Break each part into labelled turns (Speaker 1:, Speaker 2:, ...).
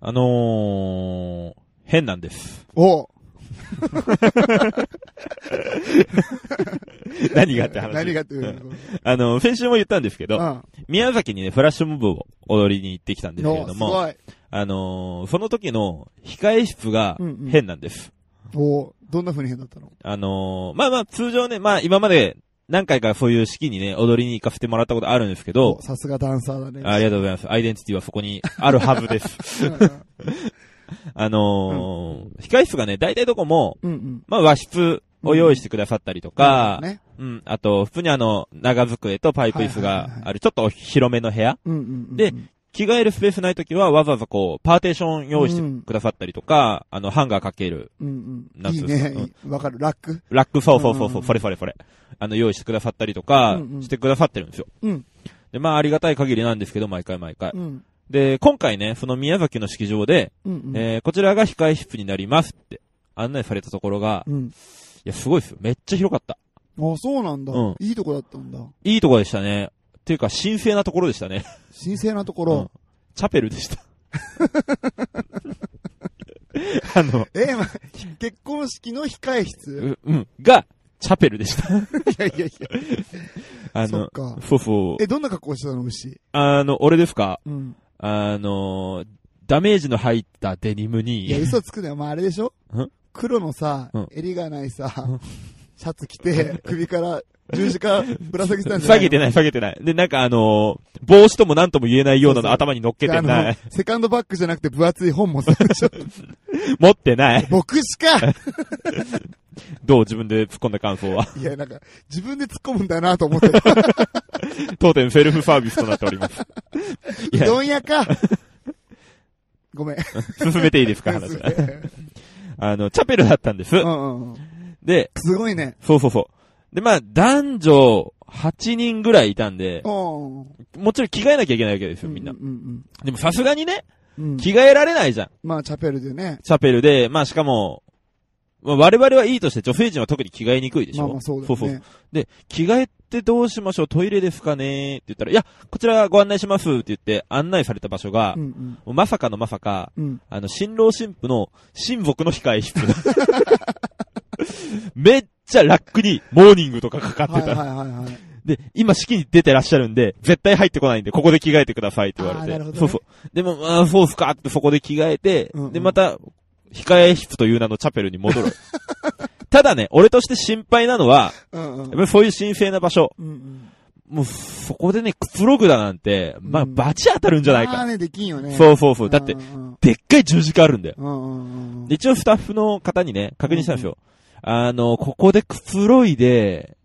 Speaker 1: あのー、変なんです。
Speaker 2: お
Speaker 1: 何がって話。
Speaker 2: 何がってい
Speaker 1: うん
Speaker 2: う。
Speaker 1: あの、先週も言ったんですけ
Speaker 2: う
Speaker 1: ど、
Speaker 2: ん。
Speaker 1: 宮崎にね、フラッシュモブを踊りに行ってきたんですけれ
Speaker 2: お
Speaker 1: ど
Speaker 2: す
Speaker 1: も、
Speaker 2: ごい。
Speaker 1: あのー、その時の控え室が
Speaker 2: うんうん
Speaker 1: 変なんです。
Speaker 2: おどんな風に変だったの
Speaker 1: あのー、まあまあ、通常ね、まあ今まで何回かそういう式にね、踊りに行かせてもらったことあるんですけど
Speaker 2: お、さすがダンサーだね。
Speaker 1: ありがとうございます。アイデンティティはそこにあるはずです。
Speaker 2: うん
Speaker 1: あのー、控え室がね、大体どこも、
Speaker 2: うんうん。
Speaker 1: まあ和室を用意してくださったりとか、
Speaker 2: ね。
Speaker 1: うん、あと、普通にあの、長机とパイプ椅子
Speaker 2: はいはいはい
Speaker 1: が
Speaker 2: は
Speaker 1: ある、ちょっと広めの部屋。
Speaker 2: うんうんうんうん。
Speaker 1: で着替えるスペースない時は、わざわざこう、パーテーション用意してくださったりとか、あの、ハンガーかける、
Speaker 2: うんう
Speaker 1: なん
Speaker 2: ん。いいね
Speaker 1: うん。
Speaker 2: いいわかる。ラック
Speaker 1: ラック、そうそうそうそうう、
Speaker 2: ん
Speaker 1: それそれそれ。あの、用意してくださったりとか
Speaker 2: うんう、ん
Speaker 1: してくださってるんですよ。
Speaker 2: うん。
Speaker 1: で、まあ、ありがたい限りなんですけど、毎回毎回。
Speaker 2: うん。
Speaker 1: で、今回ね、その宮崎の式場で、
Speaker 2: うんうん。
Speaker 1: えー、こちらが控え室になりますって、案内されたところが、
Speaker 2: うん。
Speaker 1: いや、すごいですよ。めっちゃ広かった。
Speaker 2: あ、そうなんだ
Speaker 1: うん。
Speaker 2: いいとこだったんだ。
Speaker 1: いいところでしたね。っていうか、神聖なところでしたね。
Speaker 2: 神聖なとこ
Speaker 1: うん
Speaker 2: ろ。
Speaker 1: チャペルでした。 あの、
Speaker 2: え、ま結婚式の控え室
Speaker 1: ううん、が、チャペルでした。
Speaker 2: いやいやい
Speaker 1: あ
Speaker 2: や。そっ
Speaker 1: の、
Speaker 2: か。
Speaker 1: そうそう。
Speaker 2: え、どんな格好してたの牛。
Speaker 1: あの、俺ですか
Speaker 2: うん。
Speaker 1: あの、ダメージの入ったデニム
Speaker 2: いや、
Speaker 1: に、
Speaker 2: 嘘つくなよ。まあ、あれでしょ
Speaker 1: ん
Speaker 2: 黒のさ
Speaker 1: うん、
Speaker 2: 襟がないさ、シャツ 着て、首から十字架ぶら下げてたんじゃ
Speaker 1: 下
Speaker 2: ないの
Speaker 1: げてない、下げてない。で、なんかあの、帽子とも何とも言えないような
Speaker 2: そうそ
Speaker 1: の
Speaker 2: う
Speaker 1: 頭に乗っけてな
Speaker 2: あ
Speaker 1: い。
Speaker 2: のセカンドバッグじゃなくて分厚い本もそうでしょ。
Speaker 1: 持ってない。
Speaker 2: 牧師か
Speaker 1: どう自分で突っ込んだ感想は。
Speaker 2: いや、なんか、自分で突っ込むんだなと思ってた。
Speaker 1: 当店セルフサービスとなっており ます。いや、
Speaker 2: どんや かごめん。
Speaker 1: 進めていいですか、話。あの、チャペルだったんです。
Speaker 2: うんうんうん
Speaker 1: で、
Speaker 2: すごいね。
Speaker 1: そうそうそう。で、まあ、男女8人ぐらいいたんで、
Speaker 2: うんうん
Speaker 1: もちろん着替えなきゃいけないわけです
Speaker 2: う
Speaker 1: よ、
Speaker 2: ん。
Speaker 1: みんな
Speaker 2: う。ん
Speaker 1: でもさすがにね、
Speaker 2: うん。うん
Speaker 1: 着替えられないじゃん。
Speaker 2: まあ、チャペルでね。
Speaker 1: チャペルで、まあしかも、まあ、我々はいいとして女性陣は特に着替えにくいでしょ。
Speaker 2: まあまあ、そうだ
Speaker 1: そう
Speaker 2: よ
Speaker 1: そう。
Speaker 2: ね。
Speaker 1: で、着替えってどうしましょうトイレですかねって言ったら、いや、こちらご案内しますって言って案内された場所が、
Speaker 2: う
Speaker 1: も
Speaker 2: んうん
Speaker 1: うまさかのまさか、
Speaker 2: うん。
Speaker 1: あの、新郎新婦の親族の控え 室。めっちゃラックにモーニングとかかかって
Speaker 2: はい
Speaker 1: た。
Speaker 2: はいはいはい。
Speaker 1: で、今式に出てらっしゃるんで、絶対入ってこないんで、ここで着替えてくださいって言われて。
Speaker 2: あーなるほどね
Speaker 1: そうそう。でも、あーそうっすかってそこで着替えて、
Speaker 2: うんうん
Speaker 1: で、また、控え室という名のチャペルに戻る。 ただね、俺として心配なのは、
Speaker 2: うんうん
Speaker 1: やっぱ。りそういう神聖な場所、
Speaker 2: うんうん。
Speaker 1: もうそこでね、くつろぐだなんて、まあ、
Speaker 2: うん
Speaker 1: バチ当たるんじゃない
Speaker 2: まあ
Speaker 1: か。
Speaker 2: ね、できんよね。
Speaker 1: そうそうそう。だって
Speaker 2: う、ん
Speaker 1: でっかい十字架あるんだよ。
Speaker 2: うんうんうん。
Speaker 1: で一応スタッフの方にね、確認したんですよ。あの、ここでくつろいで、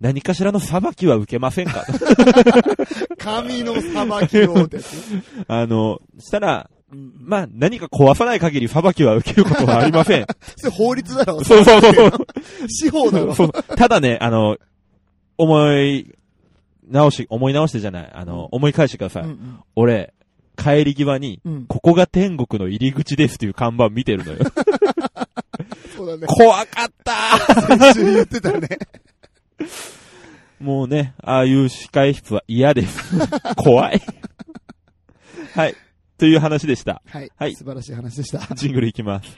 Speaker 1: 何かしらの裁きは受けませんか
Speaker 2: 神の裁きをってやつ。
Speaker 1: あの、したら、
Speaker 2: うんうん
Speaker 1: まあ、何か壊さない限り裁きは受けることはありません。
Speaker 2: それ法律だろ。
Speaker 1: そうそうそうそう
Speaker 2: 司法だろ。
Speaker 1: そうただね、あの、思い直し、思い直してじゃない、あの、
Speaker 2: うん
Speaker 1: 思い返してください。
Speaker 2: うん
Speaker 1: 俺、帰り際に、
Speaker 2: うん。うん。
Speaker 1: ここが天国の入り口ですっていう看板見てるのよ。
Speaker 2: そうだね。
Speaker 1: 怖かった
Speaker 2: 先週言ってたね。
Speaker 1: もうね、ああいう司会室は嫌です。 怖い。はい。という話でした。
Speaker 2: はい。
Speaker 1: はい
Speaker 2: 素晴らしい話でした。
Speaker 1: ジングルいきます。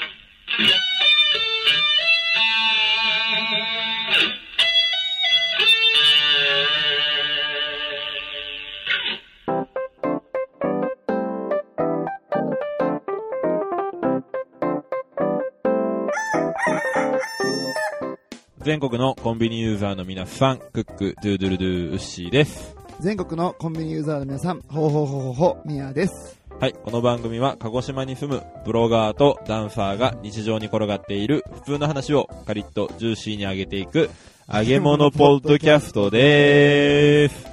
Speaker 1: 全国のコンビニユーザーの皆さん、クック、ドゥードゥルドゥー、ウッシーです。
Speaker 2: 全国のコンビニユーザーの皆さん、ほうほうほうほうほう、みやです。
Speaker 1: はい、この番組は鹿児島に住むブロガーとダンサーが日常に転がっている普通の話をカリッとジューシーに上げていく揚げ物ポッドキャストでーす。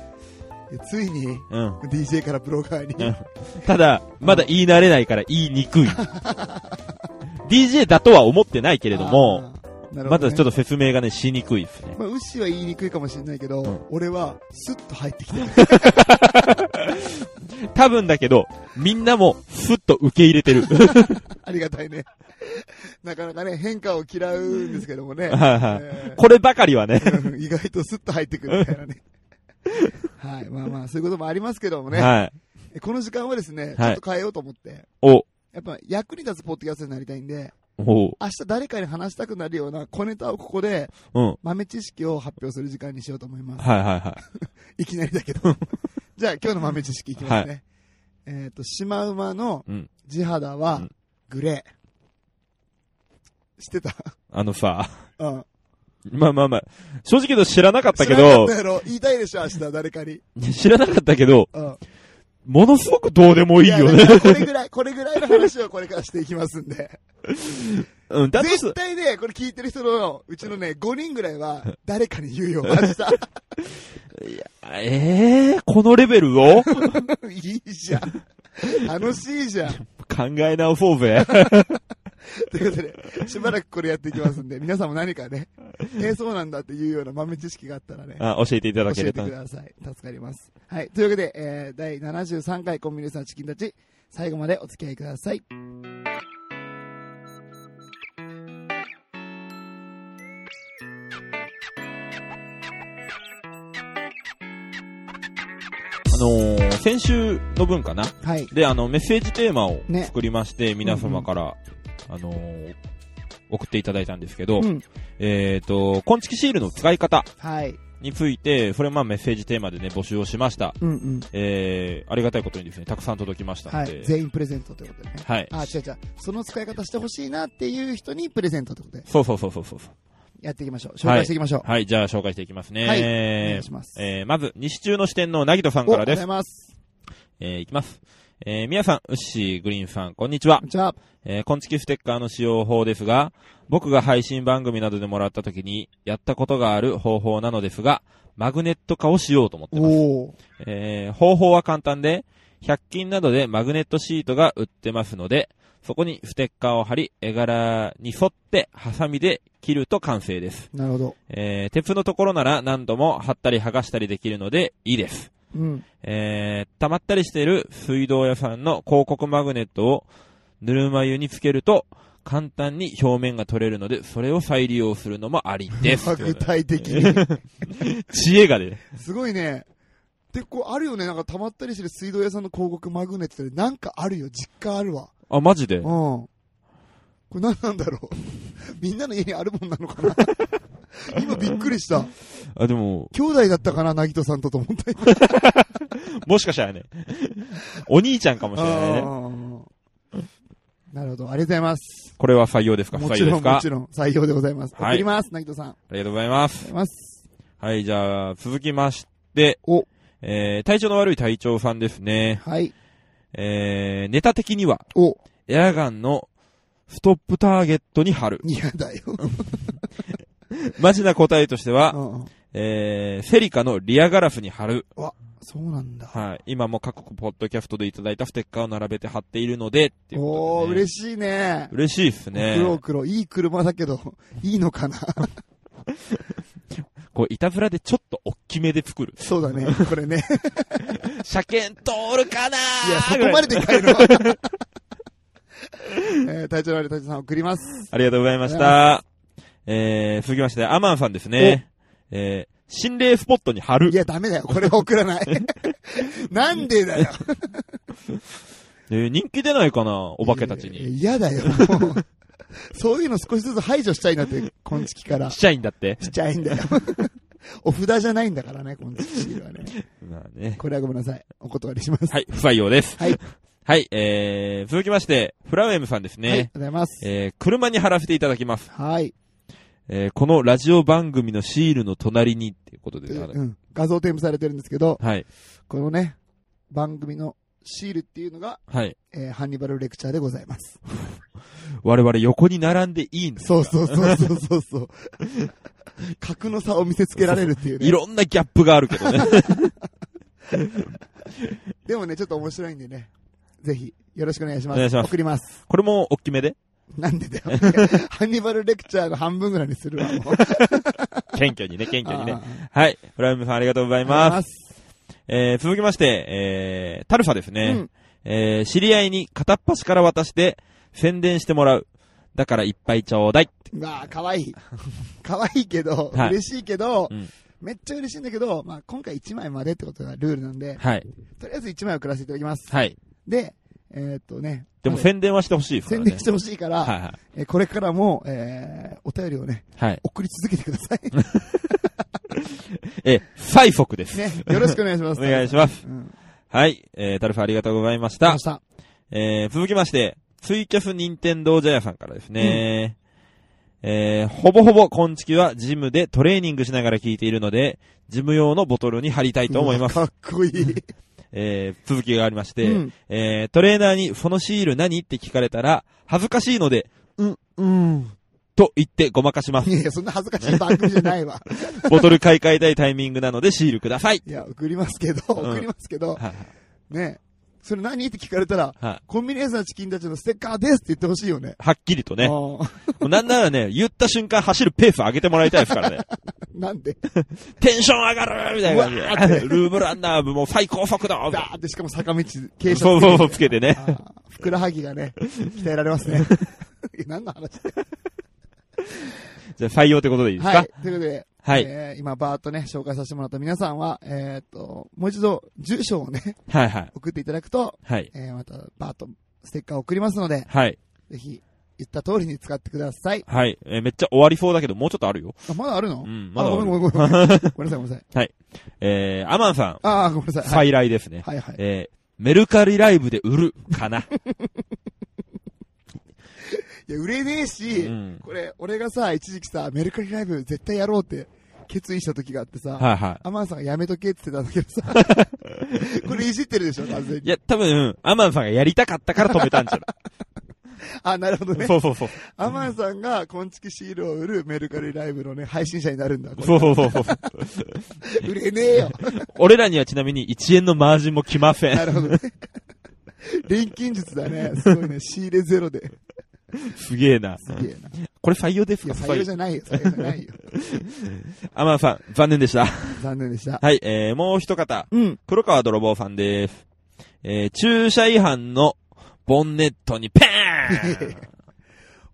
Speaker 2: えついに、
Speaker 1: うん。
Speaker 2: DJ からブロガー
Speaker 1: う
Speaker 2: に
Speaker 1: ん。ただ、まだ言い慣れないから言いに くい。DJ だとは思ってないけれども、
Speaker 2: あー、なる
Speaker 1: ま
Speaker 2: ほどね
Speaker 1: だちょっと説明がね、しにくいですね。
Speaker 2: まあ、ウッシーは言いにくいかもしれないけど、
Speaker 1: ん
Speaker 2: 俺は、スッと入って きた。
Speaker 1: 多分だけど、みんなもスッと受け入れてる。
Speaker 2: ありがたいね。なかなかね、変化を嫌うんですけどもね。
Speaker 1: はいはい
Speaker 2: え
Speaker 1: こればかりはね。
Speaker 2: ー うん意外とスッと入ってくるみたい なね。はい。まあまあ、そういうこともありますけどもね。
Speaker 1: はい。
Speaker 2: えこの時間はですね、ち
Speaker 1: は
Speaker 2: ょ
Speaker 1: い
Speaker 2: っと変えようと思って、
Speaker 1: お、
Speaker 2: やっぱ役に立つポッドキャストになりたいんで、
Speaker 1: おう。
Speaker 2: 明日誰かに話したくなるような小ネタをここで
Speaker 1: うん。はい
Speaker 2: 豆知識を発表する時間にしようと思います。、
Speaker 1: はいはい
Speaker 2: きなりだ けど。じゃあ今日の豆知識いきますね。えっ、と、シマウマの
Speaker 1: い。うん。
Speaker 2: 地肌
Speaker 1: う
Speaker 2: は
Speaker 1: ん
Speaker 2: グレー。知ってた
Speaker 1: あのさ、
Speaker 2: うん。
Speaker 1: まあまあまあ、正直言うと知らなかったけ
Speaker 2: 知らなか
Speaker 1: ど
Speaker 2: った、やろ言いたいでしょ、明日誰かに。
Speaker 1: 知らなかったけど、
Speaker 2: うん。
Speaker 1: ものすごくどうでもいいよ
Speaker 2: や
Speaker 1: ね。
Speaker 2: だからこれぐらい、これぐらいの話をこれからしていきますんで。
Speaker 1: うん、だとす
Speaker 2: 絶対ね、これ聞いてる人のうちのね、5人ぐらいは誰かに言うよ、明日。
Speaker 1: ええー、このレベルを考
Speaker 2: いいじゃん。楽しいじゃん。
Speaker 1: え直そうぜ。
Speaker 2: ということで、しばらくこれやっていきますんで、皆さんも何かね、えー、そうなんだっていうような豆知識があったらね、
Speaker 1: あ教えていただ
Speaker 2: 教
Speaker 1: け
Speaker 2: え
Speaker 1: れ
Speaker 2: て
Speaker 1: ば
Speaker 2: く。ださい。助かります。はい。というわけで、えー、第73回コンビニエンスのチキンたち、最後までお付き合いください。
Speaker 1: あのー、先週の分かな。
Speaker 2: はい。
Speaker 1: で、あの、メッセージテーマを
Speaker 2: ね
Speaker 1: 作りまして、皆様から、あのー、送っていただいたんですけど、
Speaker 2: うん。
Speaker 1: えっ、と、昆虫シールの使い方
Speaker 2: はい。
Speaker 1: について、それまあメッセージテーマでね、募集をしました。
Speaker 2: うんうん。
Speaker 1: えー、ありがたいことにですね、たくさん届きました
Speaker 2: は
Speaker 1: ので、
Speaker 2: い。全員プレゼントということでね。
Speaker 1: はい。
Speaker 2: あ、違う違う。その使い方してほしいなっていう人にプレゼントということで、
Speaker 1: そうそうそうそうそう。
Speaker 2: やっていきましょう。紹介していきましょう。
Speaker 1: はい、じゃあ紹介していきますね。
Speaker 2: はいお願いします。
Speaker 1: えー、まず、西中の支店のなぎとさん
Speaker 2: お
Speaker 1: か
Speaker 2: はよ
Speaker 1: らで
Speaker 2: うござ
Speaker 1: す
Speaker 2: い。ます。
Speaker 1: えー、いきます。えー、みやさん、うっしー、グリーンさん、こんにちは。
Speaker 2: じゃあ、
Speaker 1: えー、こんちきステッカーの使用法ですが、僕が配信番組などでもらった時に、やったことがある方法なのですが、マグネット化をしようと思ってます。
Speaker 2: おー。
Speaker 1: えー、方法は簡単で、100均などでマグネットシートが売ってますので、そこにステッカーを貼り、絵柄に沿って、ハサミで切ると完成です。
Speaker 2: なるほど。
Speaker 1: えー、鉄のところなら何度も貼ったり剥がしたりできるのでいいです。
Speaker 2: うん。
Speaker 1: えー、溜まったりしている水道屋さんの広告マグネットをぬるま湯につけると簡単に表面が取れるので、それを再利用するのもあり です。
Speaker 2: 具体的に。
Speaker 1: 知恵がね、
Speaker 2: すごいね。で、こう、あるよね。なんか溜まったりしてる水道屋さんの広告マグネットで、なんかあるよ。実家あるわ。
Speaker 1: あ、マジ
Speaker 2: う
Speaker 1: で
Speaker 2: ん。これ何なんだろう。みんなの家にあるもんなのか な今びっくりした。
Speaker 1: あ、でも、
Speaker 2: 兄弟だったかな、なぎとさんとと思った今
Speaker 1: もしかしたらね、 お兄ちゃんかもしれないね。
Speaker 2: あーなるほど。ありがとうございます。
Speaker 1: これは採用ですか不
Speaker 2: も
Speaker 1: 採
Speaker 2: ち
Speaker 1: 用で
Speaker 2: ろ
Speaker 1: す
Speaker 2: ん、
Speaker 1: か
Speaker 2: も
Speaker 1: あ
Speaker 2: ちろん、採用でございます。
Speaker 1: はい
Speaker 2: 送ります、なぎとさん。あ
Speaker 1: り
Speaker 2: り
Speaker 1: がとうございます。
Speaker 2: がとうございます。
Speaker 1: はい、じゃあ、続きまして、
Speaker 2: お
Speaker 1: えー、体調の悪い隊長さんですね。
Speaker 2: はい。
Speaker 1: えー、ネタ的には、
Speaker 2: お、
Speaker 1: エアガンのストップターゲットに貼る。
Speaker 2: 嫌だよ。
Speaker 1: マジな答えとして
Speaker 2: う
Speaker 1: は、
Speaker 2: んうん
Speaker 1: えー、セリカのリアガラスに貼る。
Speaker 2: そうなんだ。
Speaker 1: はい。今も各国ポッドキャストでいただいたステッカーを並べて貼っているので、っていう
Speaker 2: お
Speaker 1: こと
Speaker 2: ー、
Speaker 1: で、ね。
Speaker 2: 嬉しいね。
Speaker 1: 嬉しいですね。
Speaker 2: 黒黒、いい車だけど、いいのかな。
Speaker 1: こう、いたずらでちょっと大きめで作る
Speaker 2: そうだね、これね。
Speaker 1: 車検通る かない
Speaker 2: や、そこまででかいの。 えー、体調のある隊長さん送ります。
Speaker 1: ありがとうございました。えー、続きまして、アマンさんですね。えー、心霊スポットに貼る
Speaker 2: い。や、ダメだよ。これは送ら ない。なんでだよ。
Speaker 1: えー人気出ないかなお化けたち
Speaker 2: いや
Speaker 1: に。
Speaker 2: 嫌だよ。 もうそういうの少しずつ排除したいなって、昆虫から。
Speaker 1: し
Speaker 2: し
Speaker 1: ちゃいんだって。
Speaker 2: ちゃいんだよ。 お札じゃないんだからね、昆虫シールはね。
Speaker 1: まあね。
Speaker 2: これはごめんなさい。お断りし ます。
Speaker 1: はい、不採用です。
Speaker 2: はい。
Speaker 1: はい、えー、続きまして、フラウエムさんです
Speaker 2: ありが
Speaker 1: ね。
Speaker 2: とうございます。
Speaker 1: えー、車に貼らせていただきます。
Speaker 2: はい。
Speaker 1: えー、このラジオ番組のシールの隣にっていうことで、あの
Speaker 2: うん。画像添付されてるんですけど、
Speaker 1: はい、
Speaker 2: このね、番組のシールっていうのが、
Speaker 1: はい。
Speaker 2: えーハンニバルレクチャーでございます。
Speaker 1: 我々横に並んでいいんです。
Speaker 2: そうそうそうそうそうそう。 格の差を見せつけられるっていうね。
Speaker 1: いろんなギャップがあるけど ね。
Speaker 2: でもね、ちょっと面白いんでね。ぜひ、よろしくお願いしま
Speaker 1: お
Speaker 2: す。
Speaker 1: 願いします
Speaker 2: 送ります。
Speaker 1: これも大きめで、
Speaker 2: なんでだよ。ハンニバルレクチャーの半分ぐらいにするわ、も う。
Speaker 1: 謙虚 にね、謙虚にね。
Speaker 2: あ
Speaker 1: はい、フラウエムさんありがとうござい
Speaker 2: ーありがとうご
Speaker 1: ま
Speaker 2: ざい
Speaker 1: す。
Speaker 2: ます。
Speaker 1: えー、続きまして、えー、タルファですね。
Speaker 2: うん
Speaker 1: えー、知り合いに片っ端から渡して宣伝してもらう。だからいっぱいちょうだい。
Speaker 2: まあ、かわいい。かわいいけど、
Speaker 1: はい
Speaker 2: 嬉しいけど、
Speaker 1: うん
Speaker 2: めっちゃ嬉しいんだけど、まあ、今回1枚までってことがルールなんで、
Speaker 1: はい。
Speaker 2: とりあえず1枚送らせていただきます。
Speaker 1: はい。
Speaker 2: で、えーっとね。
Speaker 1: でも
Speaker 2: まだ
Speaker 1: 宣伝はしてほしいですから
Speaker 2: 宣
Speaker 1: ね。
Speaker 2: 伝してほしいから、
Speaker 1: はいはい。
Speaker 2: えーこれからも、えーお便りをね、
Speaker 1: はい。
Speaker 2: 送り続けてください。
Speaker 1: え、最速です。
Speaker 2: ね。よろしくお願いしま
Speaker 1: お
Speaker 2: す。
Speaker 1: 願いします。
Speaker 2: うん。
Speaker 1: はい。えー、タルフありがとうございまし
Speaker 2: ど
Speaker 1: た
Speaker 2: う。した
Speaker 1: えー、続きまして、ツイキャス任天堂ジャヤさんからですね。えー、ほぼほぼ、こんちきはジムでトレーニングしながら聞いているので、ジム用のボトルに貼りたいと思います。
Speaker 2: うわかっこいい。
Speaker 1: えー、続きがありまして、
Speaker 2: うん。
Speaker 1: えー、トレーナーにそのシール何って聞かれたら、恥ずかしいので、うん、
Speaker 2: うん。
Speaker 1: と言ってごまかします
Speaker 2: い。やいや、そんな恥ずかしい番組じゃないわ。
Speaker 1: ボトル買い替えたいタイミングなのでシールください。
Speaker 2: いや、送りますけど、
Speaker 1: うん
Speaker 2: 送りますけど、
Speaker 1: はい
Speaker 2: ね。それ何って聞かれたら、
Speaker 1: はい。
Speaker 2: コンビニエンスなチキンたちのステッカーですって言ってほしいよね。
Speaker 1: はっきりとね。も
Speaker 2: あー
Speaker 1: うなんならね、言った瞬間走るペース上げてもらいたいですから ね。
Speaker 2: なんで
Speaker 1: テンション上がるみたいな感じで。ルームランナー部も最高速度みたい
Speaker 2: だーってしかも坂道、傾
Speaker 1: な
Speaker 2: 斜
Speaker 1: そうそうそう、つけてね。
Speaker 2: あーふくらはぎがね、鍛えられま すね。いや何の話です
Speaker 1: じゃあ採用ってことでいいです
Speaker 2: は
Speaker 1: か
Speaker 2: い。ということで、
Speaker 1: はい。
Speaker 2: えー今バーっとね、紹介させてもらった皆さんは、えーっと、もう一度、住所をね、
Speaker 1: はいはい。
Speaker 2: 送っていただくと、
Speaker 1: はい。
Speaker 2: えーまたバーっとステッカーを送りますので、
Speaker 1: はい。
Speaker 2: ぜひ、言った通りに使ってください。
Speaker 1: はい。えーめっちゃ終わりそうだけど、もうちょっとあるよ。
Speaker 2: あ、まだあるの
Speaker 1: うん、まだ
Speaker 2: あ
Speaker 1: あ
Speaker 2: ごめんご
Speaker 1: る。
Speaker 2: めんごめん。ごめんなさいごめんなさい。
Speaker 1: えー、アマンさん、
Speaker 2: ああ、ごめんなさい。はい。
Speaker 1: 再来ですね。
Speaker 2: はいはい。
Speaker 1: えー、メルカリライブで売る、かな。
Speaker 2: いや、売れねえ
Speaker 1: う
Speaker 2: し、
Speaker 1: ん。
Speaker 2: これ、俺がさ、一時期さ、メルカリライブ絶対やろうって決意した時があってさ、
Speaker 1: はいは
Speaker 2: アマンさんがやめとけって言ってた んだけどさ、これいじってるでしょ、完全
Speaker 1: い。い
Speaker 2: に。
Speaker 1: や、多分、うんアマンさんがやりたかったから止めたんじゃな
Speaker 2: あ、なるほど
Speaker 1: い
Speaker 2: ね。
Speaker 1: そうそうそう。
Speaker 2: アマンさんが、こんちきシールを売るメルカリライブのね、配信者になるんだ。これ
Speaker 1: そうそうそうそう。
Speaker 2: 売れねえよ。
Speaker 1: 俺らにはちなみに1円のマージンも来ませ。
Speaker 2: なんるほどね。錬金術だね。すごいね。仕入れゼロで。
Speaker 1: すげえな。
Speaker 2: すげえな。い
Speaker 1: これ採用です
Speaker 2: や、
Speaker 1: か
Speaker 2: 採用じゃないよ。採用じゃないよ。
Speaker 1: アマンさん、残念でした。
Speaker 2: 残念でした。
Speaker 1: はい、えー、もう一方、
Speaker 2: うん。
Speaker 1: 黒川泥棒さんです。えー、駐車違反のボンネットにペ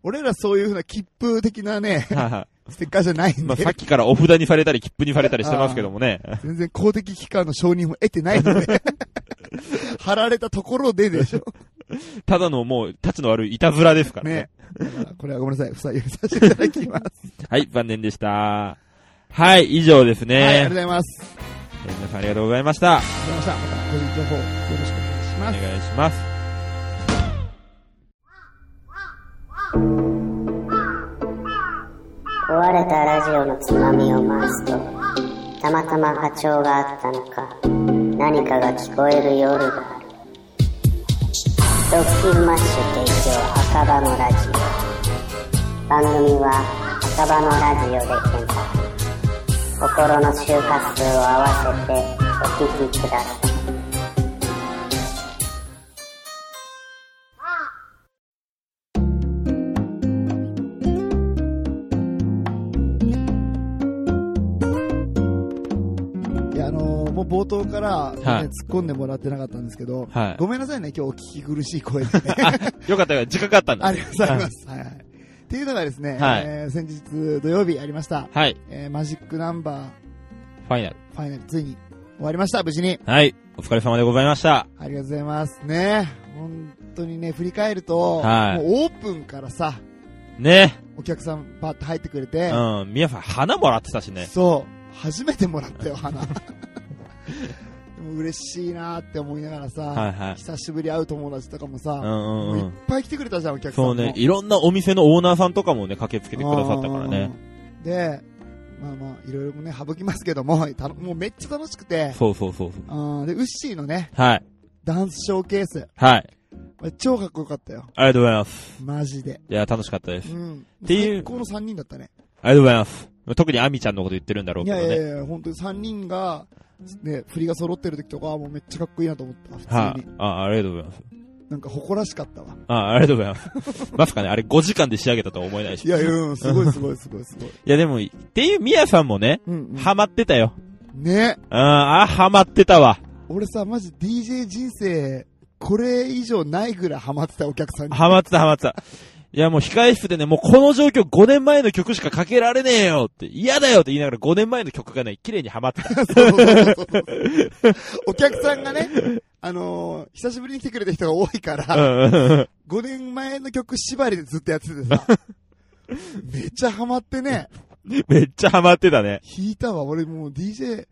Speaker 2: 俺らそういうふうな切符的なね、
Speaker 1: ーン はは
Speaker 2: ステッカーじゃないん
Speaker 1: まあ、
Speaker 2: で
Speaker 1: さっ、きからお札にされたり、切符にされたりしてますけどもね。
Speaker 2: 全然公的機関の承認も得てないので、貼られたところででしょ。
Speaker 1: ただのもう、立ちの悪いいたずらです からね。
Speaker 2: ね。だからこれはごめんなさい。不採用させていただきます。
Speaker 1: はい、残念でした。はい、以上です
Speaker 2: はい、あ
Speaker 1: ね
Speaker 2: りがとうご。ざいます。
Speaker 1: えー皆さんありがとうございました。
Speaker 2: ありがとうございました。また個人情報よろしくお願いし
Speaker 1: お
Speaker 2: ます。
Speaker 1: 願いします。
Speaker 3: 壊れたラジオのつまみを回すとたまたま波長があったのか何かが聞こえる夜がある「ドッキンマッシュ提供赤羽のラジオ」番組は赤羽のラジオで検索心の周波数を合わせてお聞きください
Speaker 2: いや、あのーもう冒頭から、ね
Speaker 1: はい
Speaker 2: 突っ込んでもらってなかったんですけど、
Speaker 1: はい
Speaker 2: ごめんなさいね、今日お聞き苦しい声 でね。
Speaker 1: よかったよ、時間かかったんだ。
Speaker 2: ありがとうございます。はいはい。っていうのがですね、
Speaker 1: はい
Speaker 2: えー先日土曜日ありました、
Speaker 1: はい、
Speaker 2: えーマジックナンバー
Speaker 1: ファイナル。
Speaker 2: ファイナルついに終わりました、無事に。
Speaker 1: はい、お疲れ様でございました。
Speaker 2: ありがとうございます。ね本当にね、振り返ると、
Speaker 1: はい
Speaker 2: もうオープンからさ、
Speaker 1: ね。
Speaker 2: お客さんバーって入ってくれて、
Speaker 1: うん、皆さん花もらってたしね。
Speaker 2: そう、初めてもらったよ、花。 でも嬉しいなーって思いながらさ、
Speaker 1: はいはい。
Speaker 2: 久しぶり会う友達とかもさ、
Speaker 1: うんうんう
Speaker 2: もういっ
Speaker 1: ん。
Speaker 2: ぱい来てくれたじゃん、お客さん
Speaker 1: そ
Speaker 2: も。
Speaker 1: うね、いろんなお店のオーナーさんとかもね、駆けつけてくださったからね。
Speaker 2: うん。で、まあまあ、いろいろね、省きますけども、たのもうめっちゃ楽しくて、
Speaker 1: そうそうそうそう。
Speaker 2: うん、で、ウッシーのね、
Speaker 1: はい。
Speaker 2: ダンスショーケース、
Speaker 1: はい。
Speaker 2: 超かっこよかったよ。
Speaker 1: ありがとうございます。
Speaker 2: マジで。
Speaker 1: いや、楽しかったです。
Speaker 2: うん。
Speaker 1: ていう
Speaker 2: 最高の3人だったね。
Speaker 1: ありがとうございます。特にアミちゃんのこと言ってるんだろう
Speaker 2: い
Speaker 1: けど
Speaker 2: やいや
Speaker 1: ね。
Speaker 2: いや、本当に3人が、ね、振りが揃ってる時とか、もうめっちゃかっこいいなと思った、普通に。
Speaker 1: はい、あ。ありがとうございます。
Speaker 2: なんか誇らしかったわ。
Speaker 1: あありがとうございます。 まさかね、あれ5時間で仕上げたとは思えないし。
Speaker 2: いや、うん、すごいすごいすごいすごい。
Speaker 1: いや、でも、って いう、みやさんもね、
Speaker 2: うん、うん。
Speaker 1: ハマってたよ。
Speaker 2: ね。
Speaker 1: うん、あ、ハマってたわ。
Speaker 2: 俺さ、マジ DJ 人生、これ以上ないぐらいハマってたお客さんに。
Speaker 1: ハマってた、ハマってた。いや、もう控室でね、もうこの状況5年前の曲しかかけられねえよって、嫌だよって言いながら5年前の曲がね、綺麗にハマってた。
Speaker 2: そうそうそうそうお客さんがね、あのー久しぶりに来てくれた人が多いから、
Speaker 1: うん。
Speaker 2: 5年前の曲縛りでずっとやってて さ、めっちゃハマってね、
Speaker 1: めっちゃハマってた ね。
Speaker 2: 弾いたわ、俺もう DJ、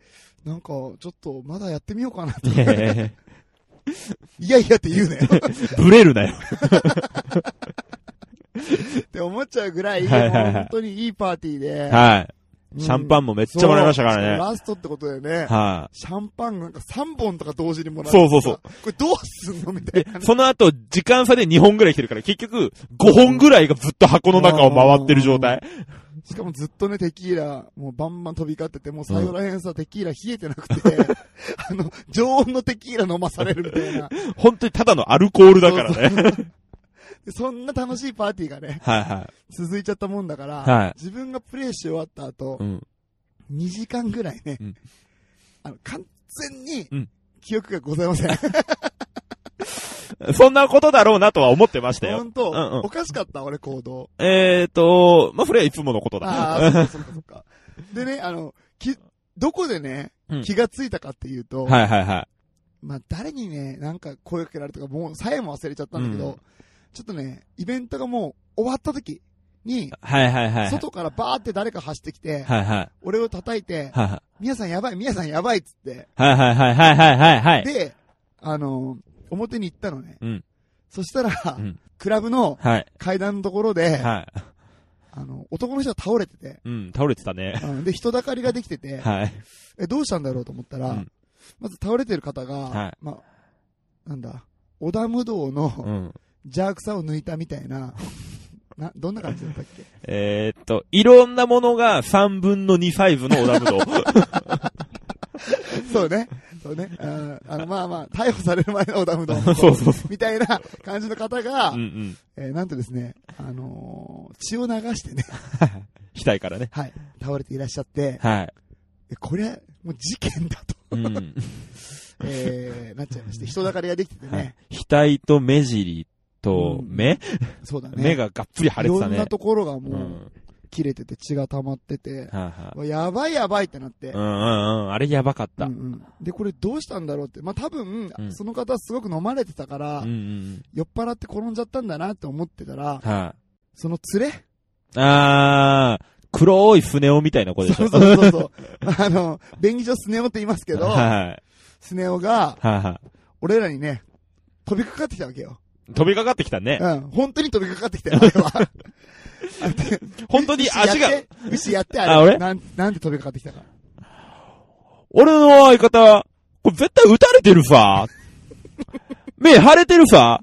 Speaker 2: なんかちょっと まだやってみようかなって。
Speaker 1: ね
Speaker 2: いやいやって言うな よっ
Speaker 1: えブレるなよ。
Speaker 2: て思っちゃうぐらい、
Speaker 1: はいはいはい
Speaker 2: 本当にいいパーティーで、
Speaker 1: はい。シャンパンもめっちゃもらいましたから
Speaker 2: そう
Speaker 1: ね。
Speaker 2: ラストってことでね、
Speaker 1: は
Speaker 2: シャンパンなんか3本とか同時にもら
Speaker 1: そうそうそう
Speaker 2: う。これどうすんのみ
Speaker 1: い。
Speaker 2: たい
Speaker 1: で
Speaker 2: な、ね。
Speaker 1: その後、時間差で2本ぐらい来てるから、結局、5本ぐらいがずっと箱の中を回ってる状態。
Speaker 2: しかもずっとね、テキーラ、もうバンバン飛び交ってて、もう最後らへんさ、テキーラ冷えてなくて、あの、常温のテキーラ飲まされるみたいな。
Speaker 1: 本当にただのアルコー ルだからね。
Speaker 2: で そんな楽しいパーティーがね、
Speaker 1: はいは
Speaker 2: 続いちゃったもんだから、
Speaker 1: はい
Speaker 2: 自分がプレイし終わった後
Speaker 1: い。う、ん。
Speaker 2: 2時間ぐらいね、
Speaker 1: うん
Speaker 2: あの、完全に
Speaker 1: うん、
Speaker 2: 記憶がございません。
Speaker 1: そんなことだろうなとは思ってましたよ
Speaker 2: 本。当、
Speaker 1: うんうん
Speaker 2: おかしかった、俺行動。
Speaker 1: えーと、まあ、それはいつものことだ。
Speaker 2: ああ、そっかそっかそっか。でね、あの、き、どこでね
Speaker 1: うん、
Speaker 2: 気がついたかっていうと、
Speaker 1: はいはいは
Speaker 2: まあ誰にね、なんか声かけられたか、もうさえも忘れちゃったんだけど、
Speaker 1: うん
Speaker 2: ちょっとね、イベントがもう終わった時に、
Speaker 1: い。はいはいはい。
Speaker 2: 外からバーって誰か走ってきて、
Speaker 1: はいはい。
Speaker 2: 俺を叩いて、
Speaker 1: はいはい。
Speaker 2: 皆さんやばい、皆さんやばいっつって、
Speaker 1: はいはいはいはいはいはいはい。
Speaker 2: で、あの、表に行ったのね。
Speaker 1: うん
Speaker 2: そしたら、
Speaker 1: うん
Speaker 2: クラブの
Speaker 1: はい。
Speaker 2: 階段のところで、
Speaker 1: はい。
Speaker 2: あの、男の人が倒れてて、
Speaker 1: うん、倒れてたね。
Speaker 2: うんで、人だかりができてて、
Speaker 1: はい。
Speaker 2: え、どうしたんだろうと思ったら、
Speaker 1: うん
Speaker 2: まず倒れてる方が、
Speaker 1: はい
Speaker 2: まあ、なんだ、織田無道
Speaker 1: う
Speaker 2: の
Speaker 1: ん。
Speaker 2: 邪悪さを抜いたみたいな、な、どんな感じだったっけ
Speaker 1: えーっと、いろんなものが3分の2サイズのオダム ド。
Speaker 2: そうね。そうね。ああの、まあまあ、逮捕される前の織田無道
Speaker 1: そうそうそ
Speaker 2: みたいな感じの方が、
Speaker 1: うんうん。
Speaker 2: えーなんとですね、あのー血を流してね、
Speaker 1: 額からね。
Speaker 2: はい、倒れていらっしゃって、
Speaker 1: はい。
Speaker 2: えこれ、もう事件だ と、
Speaker 1: うん。
Speaker 2: えーなっちゃいまして、人だかりができてて
Speaker 1: はい
Speaker 2: ね、
Speaker 1: 額と目尻と目、
Speaker 2: そうだね。
Speaker 1: 目ががっつり腫れてた
Speaker 2: いろん
Speaker 1: ね
Speaker 2: な。ところがも
Speaker 1: う
Speaker 2: う、
Speaker 1: ん。
Speaker 2: 切れてて血が溜まってて、
Speaker 1: はいはい。
Speaker 2: やばいやばいってなって、
Speaker 1: うんうんうん。あれやばかった。う
Speaker 2: うん
Speaker 1: ん
Speaker 2: うんで、これどうしたんだろうって、まあ多分、
Speaker 1: うん
Speaker 2: その方すごく飲まれてたから、
Speaker 1: うん
Speaker 2: 酔っ払って転んじゃったんだなって思ってたら、
Speaker 1: うん。は
Speaker 2: その連れ
Speaker 1: い。あー、黒いスネ夫みたいな子でしょ
Speaker 2: そう。そうそうそう。あの、便宜上スネ夫って言いますけど、
Speaker 1: はい。
Speaker 2: スネ夫
Speaker 1: は
Speaker 2: が、
Speaker 1: いは
Speaker 2: 俺らにね、飛びかかってきたわけよ。
Speaker 1: い。飛びかかってきたね。
Speaker 2: うん、本当に飛びかかってきたよ、あれは。
Speaker 1: 本当に足が
Speaker 2: 牛やっ、て。牛やって、あれ。
Speaker 1: あ俺
Speaker 2: なん、なんで飛びかかってきたか。
Speaker 1: 俺の相方、これ絶対撃たれてる さ。目腫れてるさ。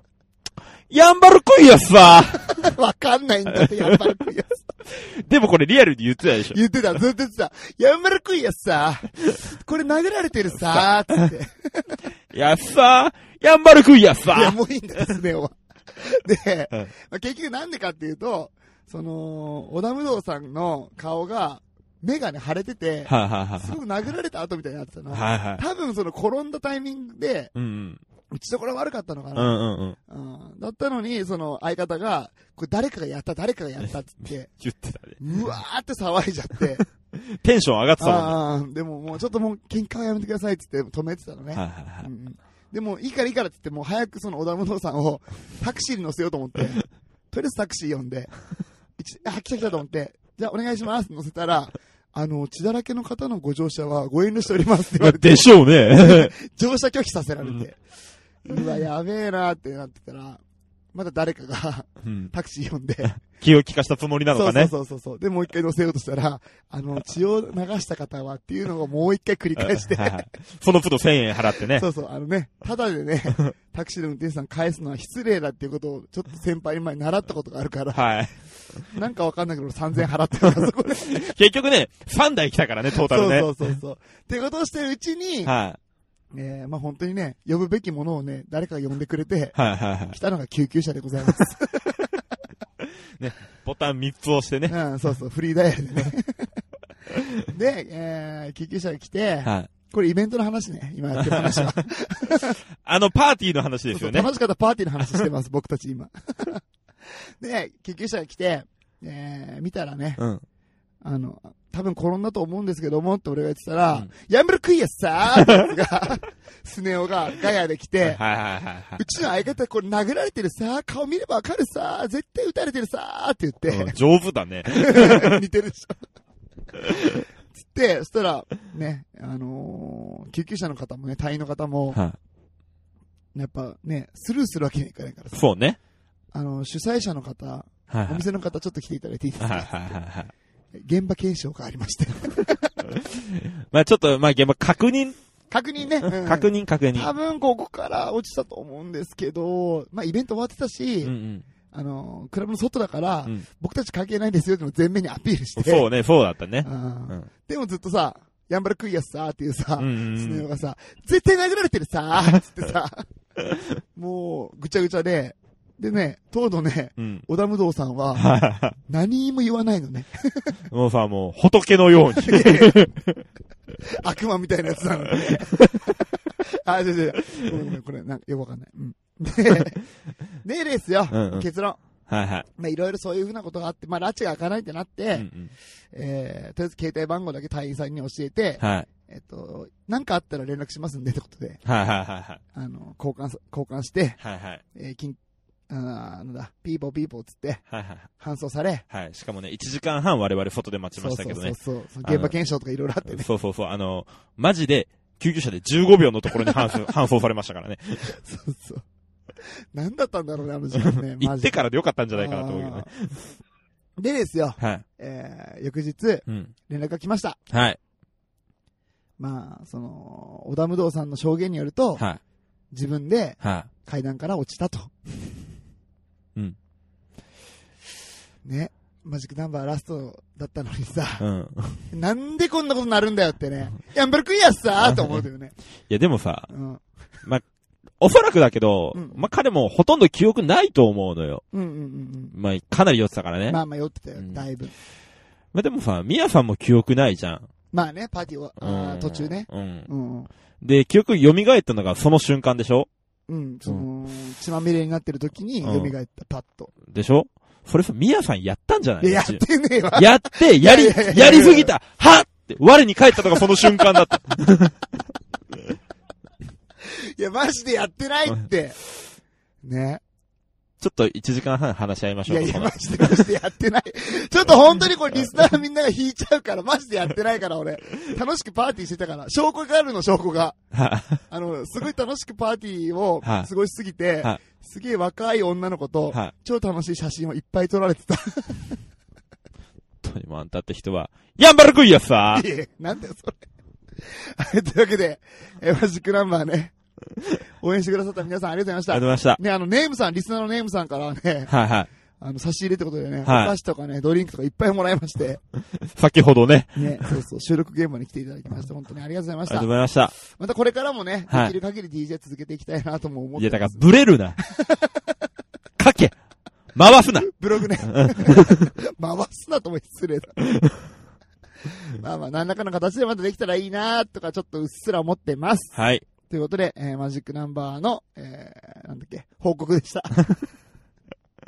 Speaker 1: やんばるクイやさ。
Speaker 2: わかんないんだって、やっぱり。
Speaker 1: でもこれリアルに言ってたでしょ。
Speaker 2: 言ってた、ずっと言ってた。やんばるクイやさ、これ殴られてるさ、つって。
Speaker 1: やっさ、やんばるクイや
Speaker 2: いや、
Speaker 1: さ。
Speaker 2: もういいんだよ、スネ夫は。で、
Speaker 1: うん
Speaker 2: まあ結局なんでかっていうと、その、小田武道さんの顔が、目がね、腫れてて、
Speaker 1: はいはいはい
Speaker 2: すごく殴られた後みたいになってたの。
Speaker 1: はい。はいはい。
Speaker 2: 多分その転んだタイミングで、
Speaker 1: うん
Speaker 2: 打ち所悪かったのか
Speaker 1: うん。う
Speaker 2: な、
Speaker 1: んうんうん。
Speaker 2: うんだったのに、その相方が、これ誰かがやった、誰かがやったって言って、
Speaker 1: 言ってたね。
Speaker 2: うわーって騒いじゃ って、
Speaker 1: テンション上がってたもんね。
Speaker 2: あーでももうちょっともう喧嘩はやめてくださいって言って止めてたのね。
Speaker 1: はいはいはい
Speaker 2: うんうんでも、いいからいいからって言って、もう早くその小田無道さん をタクシーに乗せようと思って、とりあえずタクシー呼んで、一あ、来た来たと思って、じゃあお願いしますって乗せたら、あの、血だらけの方のご乗車はご遠慮しておりますって言
Speaker 1: まあ
Speaker 2: われて、
Speaker 1: でしょう ね。
Speaker 2: 乗車拒否させられて、うわ、やべえなってなってたら、まだ誰かが
Speaker 1: うん
Speaker 2: タクシー呼んで、
Speaker 1: 気を利かしたつもりなのか
Speaker 2: そうそう
Speaker 1: ね。
Speaker 2: そうそうそう。で、もう一回乗せようとしたら、あの、血を流した方はっていうのをもう一回繰り返して、
Speaker 1: はいはいそのプロ1000円払ってね
Speaker 2: そ。うそう、あのね、ただでね、タクシーの運転手さん返すのは失礼だっていうことを、ちょっと先輩に前に習ったことがあるから、
Speaker 1: はい。
Speaker 2: なんかわかんないけど、3000払ってる から、そこで。そう
Speaker 1: 結局ね、3台来たからね、トータルね
Speaker 2: そ。うそうそう。ってことをしてるうちに、
Speaker 1: はい。
Speaker 2: えー、まあ本当にね、呼ぶべきものをね、誰かが呼んでくれて、
Speaker 1: はいはいはい。
Speaker 2: 来たのが救急車でござ います。
Speaker 1: ボタン3つ押してね。
Speaker 2: うん、そうそう、フリーダイヤル でね。で、えー、救急車が来て、
Speaker 1: はい。
Speaker 2: これイベントの話ね、今やってる話は。
Speaker 1: あの、パーティーの話です
Speaker 2: そ
Speaker 1: よ
Speaker 2: うそう
Speaker 1: ね。
Speaker 2: 楽しかったパーティーの話してます、 僕たち今。で、救急車が来て、えー、見たらね、
Speaker 1: うん。
Speaker 2: あの、多分転んだと思うんですけども、って俺が言ってたら、
Speaker 1: うん
Speaker 2: やめろ食いやっさーってやつが、 スネ夫がガヤで来て、
Speaker 1: はいはいはいは
Speaker 2: うちの相方これ殴られてるさー、顔見ればわかるさー、絶対撃たれてるさーって言
Speaker 1: い。う
Speaker 2: っ
Speaker 1: ん上手だね。
Speaker 2: て、 似てるでしょ。つって、そしたら、ね、あのー救急車の方もね、隊員の方も、
Speaker 1: は
Speaker 2: やっぱね、スルーするわけにはいかないから
Speaker 1: い。
Speaker 2: さ、
Speaker 1: そうね。
Speaker 2: あの、主催者の方、
Speaker 1: はいは
Speaker 2: お
Speaker 1: い。
Speaker 2: 店の方ちょっと来ていただいていいです
Speaker 1: はいはい
Speaker 2: か
Speaker 1: はいはい。
Speaker 2: 現場検証がありまして。
Speaker 1: まあちょっと、まあ現場確認、
Speaker 2: 確認ね。うん
Speaker 1: 確認確認。
Speaker 2: 多分ここから落ちたと思うんですけど、まあイベント終わってたし、
Speaker 1: うんうん。
Speaker 2: あの、クラブの外だから、
Speaker 1: うん
Speaker 2: 僕たち関係ないですよっていうのを全面にアピールして。
Speaker 1: そうね、そうだったね
Speaker 2: う。ん
Speaker 1: うん
Speaker 2: でもずっとさ、ヤンバルクイヤスさーっていうさ、
Speaker 1: うんうん
Speaker 2: スネ夫
Speaker 1: うん。
Speaker 2: がさ、絶対殴られてるさーっつって さ、もうぐちゃぐちゃで、でね、当のね、
Speaker 1: うん。
Speaker 2: 小田無道さんは、何も言わないのね。
Speaker 1: もうさ、もう仏のように。
Speaker 2: 悪魔みたいなやつなのね。あ、違う違う。ごめんごめん、これ、なんかよくわかんない。うん。で、でですよ、
Speaker 1: うんうん
Speaker 2: 結論。
Speaker 1: はいはい。
Speaker 2: まあ、いろいろそういうふうなことがあって、まあ、拉致が開かないってなって、
Speaker 1: うんうん
Speaker 2: えー、とりあえず携帯番号だけ隊員さんに教えて、
Speaker 1: はい。
Speaker 2: えっと、なんかあったら連絡しますんでってことで、
Speaker 1: はいはいはいはい。
Speaker 2: あの、交換さ、交換して、
Speaker 1: はいはい。
Speaker 2: えー、緊あーなんだ、ピーポーピーポーっつって、
Speaker 1: はいはい
Speaker 2: 搬送され、
Speaker 1: はい。はい。しかもね、1時間半我々外で待ち
Speaker 2: そ
Speaker 1: まし
Speaker 2: うそ
Speaker 1: たけ
Speaker 2: う
Speaker 1: ど
Speaker 2: そう
Speaker 1: ね。
Speaker 2: そう、その現場検証とかいろいろあってね、
Speaker 1: そうそうそう。あの、マジで、救急車で15秒のところに 搬送搬送されましたからね。
Speaker 2: そうそう。なんだったんだろうね、あの時間ね、
Speaker 1: 行ってかららでよかったんじゃないかなと思うけどね。
Speaker 2: でですよ、
Speaker 1: はい。
Speaker 2: えー、翌日、
Speaker 1: うん。
Speaker 2: 連絡が来ました。
Speaker 1: はい。
Speaker 2: まあ、その、小田無道さんの証言によると、
Speaker 1: はい。
Speaker 2: 自分で
Speaker 1: は
Speaker 2: 階段から落ちたと。
Speaker 1: うん。
Speaker 2: ね。マジックナンバーラストだったのにさ、
Speaker 1: い。うん。
Speaker 2: なんでこんなことなるんだよってね。ヤンバルクイヤスさーと思うけどね。
Speaker 1: いや、でもさ、
Speaker 2: うん。
Speaker 1: おそらくだけど、
Speaker 2: うん
Speaker 1: まあ、彼もほとんど記憶ないと思うのよ。
Speaker 2: うんうんうん
Speaker 1: まあ、かなり酔ってたから
Speaker 2: う
Speaker 1: ね。
Speaker 2: ん。
Speaker 1: ま
Speaker 2: ま
Speaker 1: あ、
Speaker 2: あまあ酔ってたよ
Speaker 1: う、ん
Speaker 2: だいぶ。
Speaker 1: でもさ、ミヤさんも記憶ないじゃん。
Speaker 2: まあね、パーティーは、あ
Speaker 1: う
Speaker 2: ー
Speaker 1: ん
Speaker 2: 途中ね。。
Speaker 1: うん。
Speaker 2: うんうん。
Speaker 1: で、記憶蘇ったのがその瞬間でしょ
Speaker 2: うん、その、血まみれになってる時に蘇った、パッと。
Speaker 1: でしょそれさ、ミヤさんやったんじゃない
Speaker 2: いや、やってねえわ。
Speaker 1: やって、やり
Speaker 2: いやいやいや、いや
Speaker 1: やりすぎたはっって、我に返ったのがその瞬間だった。
Speaker 2: いや、マジでやってないって。ね。
Speaker 1: ちょっと1時間半話し合いまし
Speaker 2: い
Speaker 1: ょう
Speaker 2: や
Speaker 1: か。
Speaker 2: いや、
Speaker 1: こ
Speaker 2: マ
Speaker 1: の
Speaker 2: ジでマジでやってない。 ちょっと本当にこれリスナーみんなが引いちゃうから、マジでやってないから俺。楽しくパーティーしてたから。証拠があるの、証拠が。
Speaker 1: は
Speaker 2: あの、すごい楽しくパーティーを過
Speaker 1: はい
Speaker 2: ごしすぎて
Speaker 1: はい、
Speaker 2: すげえ若い女の子と、
Speaker 1: は
Speaker 2: 超楽しい写真をいっぱい撮られてた。
Speaker 1: い。トニマンだって人は、やんばるくいやさ
Speaker 2: いえ、なんだよ、それ。はいというわけで、えマジックナンバーね、応援してくださった皆さんありがとうご
Speaker 1: あ
Speaker 2: ざい
Speaker 1: りがとうございま
Speaker 2: まし
Speaker 1: した
Speaker 2: た。。ね、あの、ネームさん、リスナーのネームさんからはね、
Speaker 1: はいは
Speaker 2: あの、差し入れってことでね、お
Speaker 1: はい
Speaker 2: 菓子とかね、ドリンクとかいっぱいもらいま して、
Speaker 1: い。先ほどね。
Speaker 2: ね、そうそう、収録現場に来ていただきまして、本当にありがとうござい
Speaker 1: あ
Speaker 2: ま
Speaker 1: り
Speaker 2: し
Speaker 1: がと
Speaker 2: た
Speaker 1: うご。ざいました。
Speaker 2: またこれからもね、
Speaker 1: はい
Speaker 2: できる限り DJ 続けていきたいなとも思
Speaker 1: い
Speaker 2: って
Speaker 1: や、だか
Speaker 2: ま
Speaker 1: ら
Speaker 2: す、
Speaker 1: ブレる な。かけ。回すな。
Speaker 2: ブロ グね、回すなとも失礼だ。まあまあ、何らかの形でまたできたらいいなとか、ちょっとうっすら思ってます。
Speaker 1: はい。
Speaker 2: ということで、えーマジックナンバーの、えー、なんだっけ、報告でした。ありがとう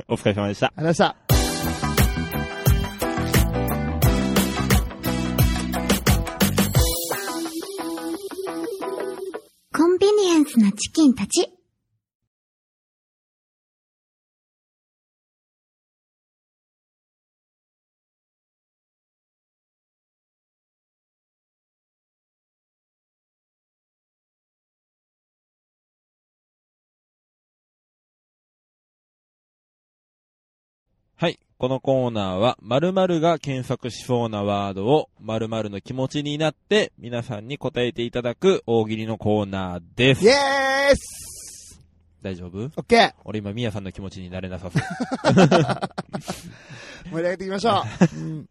Speaker 1: お疲れ様でした。
Speaker 2: ございました。
Speaker 4: コンビニエンスなチキンたち。
Speaker 1: はい。このコーナーは、〇〇が検索しそうなワードを、〇〇の気持ちになって、皆さんに答えていただく大喜利のコーナーで
Speaker 2: イ
Speaker 1: す。
Speaker 2: エース
Speaker 1: 大丈夫
Speaker 2: オッケー
Speaker 1: 俺今、みやさんの気持ちになれなさそう。
Speaker 2: 盛り上げていきましょう。うん。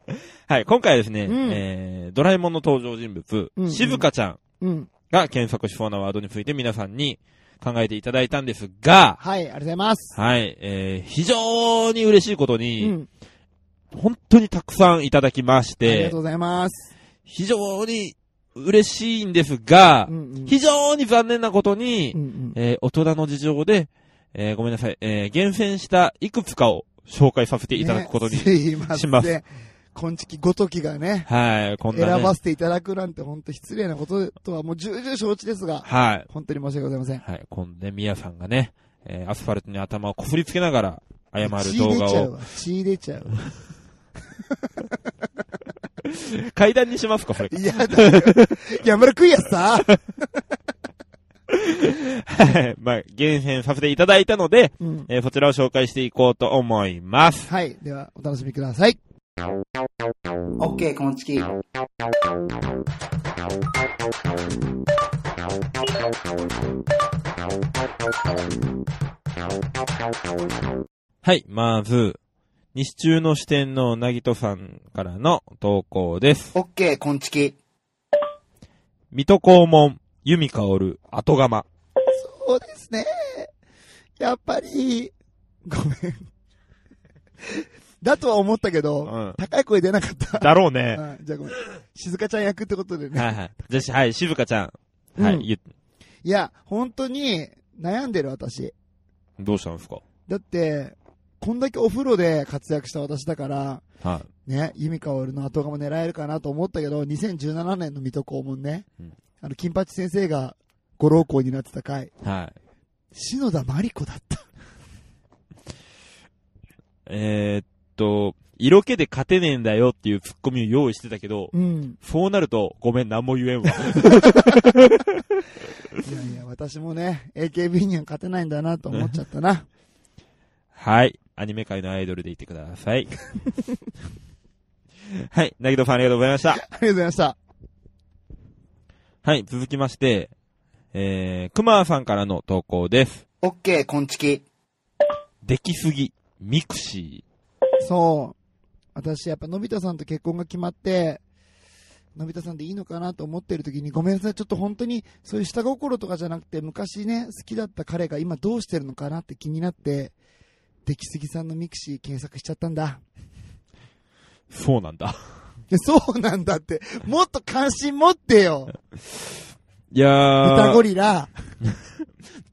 Speaker 1: はい。今回はですね、
Speaker 2: うん
Speaker 1: えー、ドラえもんの登場人物、
Speaker 2: うんうん
Speaker 1: しずかちゃん
Speaker 2: うん。
Speaker 1: が検索しそうなワードについて皆さんに考えていただいたんですが、
Speaker 2: はい、ありがとうございます。
Speaker 1: はい。えー、非常に嬉しいこと
Speaker 2: う
Speaker 1: に、
Speaker 2: ん。
Speaker 1: 本当にたくさんいただきまし
Speaker 2: ありが
Speaker 1: て
Speaker 2: とう、ございます。
Speaker 1: 非常に嬉しいんですが
Speaker 2: う、んうん。
Speaker 1: 非常に残念なことに、
Speaker 2: うんうん。
Speaker 1: えー大人の事情で、えーごめんなさい、えー厳選したいくつかを紹介させていただくことに。
Speaker 2: ねすいません。
Speaker 1: します
Speaker 2: こんちきごときがね、
Speaker 1: はい、こんな
Speaker 2: 選ば
Speaker 1: ね。
Speaker 2: せていただくなんて本当失礼なこととはもう重々承知ですが、
Speaker 1: はい。
Speaker 2: 本当に申し訳ございません。
Speaker 1: はい、今度ね、ミヤさんがね、えーアスファルトに頭をこすりつけながら、謝る
Speaker 2: 血
Speaker 1: 動
Speaker 2: 出
Speaker 1: 画
Speaker 2: ちゃう
Speaker 1: を。
Speaker 2: わ。血出ちゃうわ。
Speaker 1: 階段にしますか、それ。
Speaker 2: いやだよ。山田クイアさ。
Speaker 1: はい。まあ、厳選させていただいたので、
Speaker 2: うん。
Speaker 1: えーそちらを紹介していこうと思います。
Speaker 2: はい。では、お楽しみください。
Speaker 5: オッケー、こんちき。
Speaker 1: はい、まず、西中の支店のなぎとさんからの投稿です。
Speaker 5: オッケー、こんちき。
Speaker 1: 水戸黄門、弓香る、後釜。
Speaker 2: そうですね。やっぱり、ごめん。だとは思ったけど、
Speaker 1: うん
Speaker 2: 高い声出なかった。
Speaker 1: だろうね。
Speaker 2: うんじゃあごめん。静香ちゃん役ってことでね。
Speaker 1: はいはい。じゃし、はい、静香ちゃん。は
Speaker 2: うん
Speaker 1: い、ゆ
Speaker 2: いや、本当に悩んでる私。
Speaker 1: どうしたんですか
Speaker 2: だって、こんだけお風呂で活躍した私だから、
Speaker 1: は
Speaker 2: ね、ユミカオルの後がも狙えるかなと思ったけど、2017年の水戸黄門ね、
Speaker 1: うん
Speaker 2: あの、金八先生がご老公になってた回、
Speaker 1: い。はい。
Speaker 2: 篠田麻里子だった。
Speaker 1: えー、っと、色気で勝てねえんだよっていうツッコミを用意してたけど、
Speaker 2: うん。
Speaker 1: そうなると、ごめん、何も言え んわ。
Speaker 2: いやいや、私もね、AKB には勝てないんだなと思っちゃったな。
Speaker 1: はい。アニメ界のアイドルでいてくださ い。はい。なぎとさんありがとうございました。
Speaker 2: ありがとうございました。
Speaker 1: はい。続きまして、えー、くまさんからの投稿です。
Speaker 5: オッケー、こんちき。
Speaker 1: できすぎ、ミクシ
Speaker 2: そう。私、やっぱ、のび太さんと結婚が決まって、のび太さんでいいのかなと思ってる時に、ごめんなさい、ちょっと本当に、そういう下心とかじゃなくて、昔ね、好きだった彼が今どうしてるのかなって気になって、出来すぎさんのミクシー検索しちゃったんだ。
Speaker 1: ー。そうなんだ。
Speaker 2: いやそうなんだって、もっと関心持ってよ。
Speaker 1: いや
Speaker 2: 豚ゴ
Speaker 1: ー、
Speaker 2: リラ。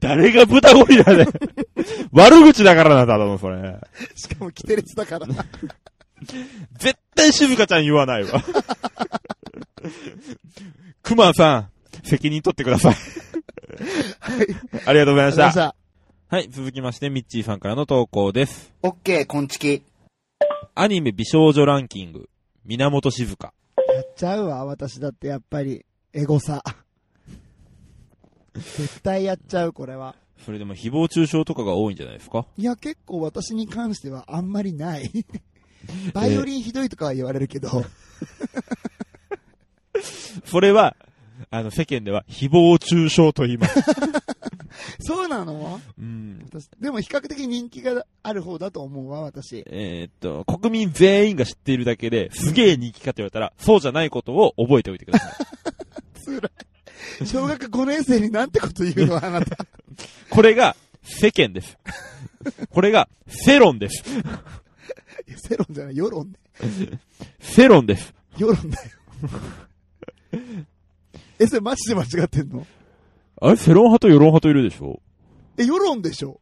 Speaker 1: 誰が豚ゴリラ で悪口だからなんだろう、それ。
Speaker 2: しかも、キテレツだ から。
Speaker 1: 絶対静香ちゃん言わない わ。くまさん、責任取ってください。ありがとうございまし
Speaker 2: ありがとうございま
Speaker 1: た。
Speaker 2: た。
Speaker 1: はい、続きまして、ミッチーさんからの投稿です。
Speaker 5: オッケー、こんちき。
Speaker 1: アニメ美少女ランキング、源静香。
Speaker 2: やっちゃうわ、私だって、やっぱり、エゴさ。絶対やっちゃう、これは。
Speaker 1: それでも誹謗中傷とかが多いんじゃないですか
Speaker 2: いや、結構私に関してはあんまり ない。バイオリンひどいとかは言われるけど、
Speaker 1: それは、あの、世間では誹謗中傷と言い ます。
Speaker 2: そうなの
Speaker 1: うん。
Speaker 2: 私でも比較的人気がある方だと思うわ、私。
Speaker 1: えーっと、国民全員が知っているだけで、すげえ人気かって言われたら、そうじゃないことを覚えておいてください。
Speaker 2: つらい。小学5年生になんてこと言うの、あなた。
Speaker 1: これが、世間です。これが、世論です。
Speaker 2: いや世論じゃない、世論ね。
Speaker 1: 世論です。
Speaker 2: 世論 だよ。え、それマジで間違ってんの
Speaker 1: あれ世論派と世論派といるでしょ
Speaker 2: え、世論でしょ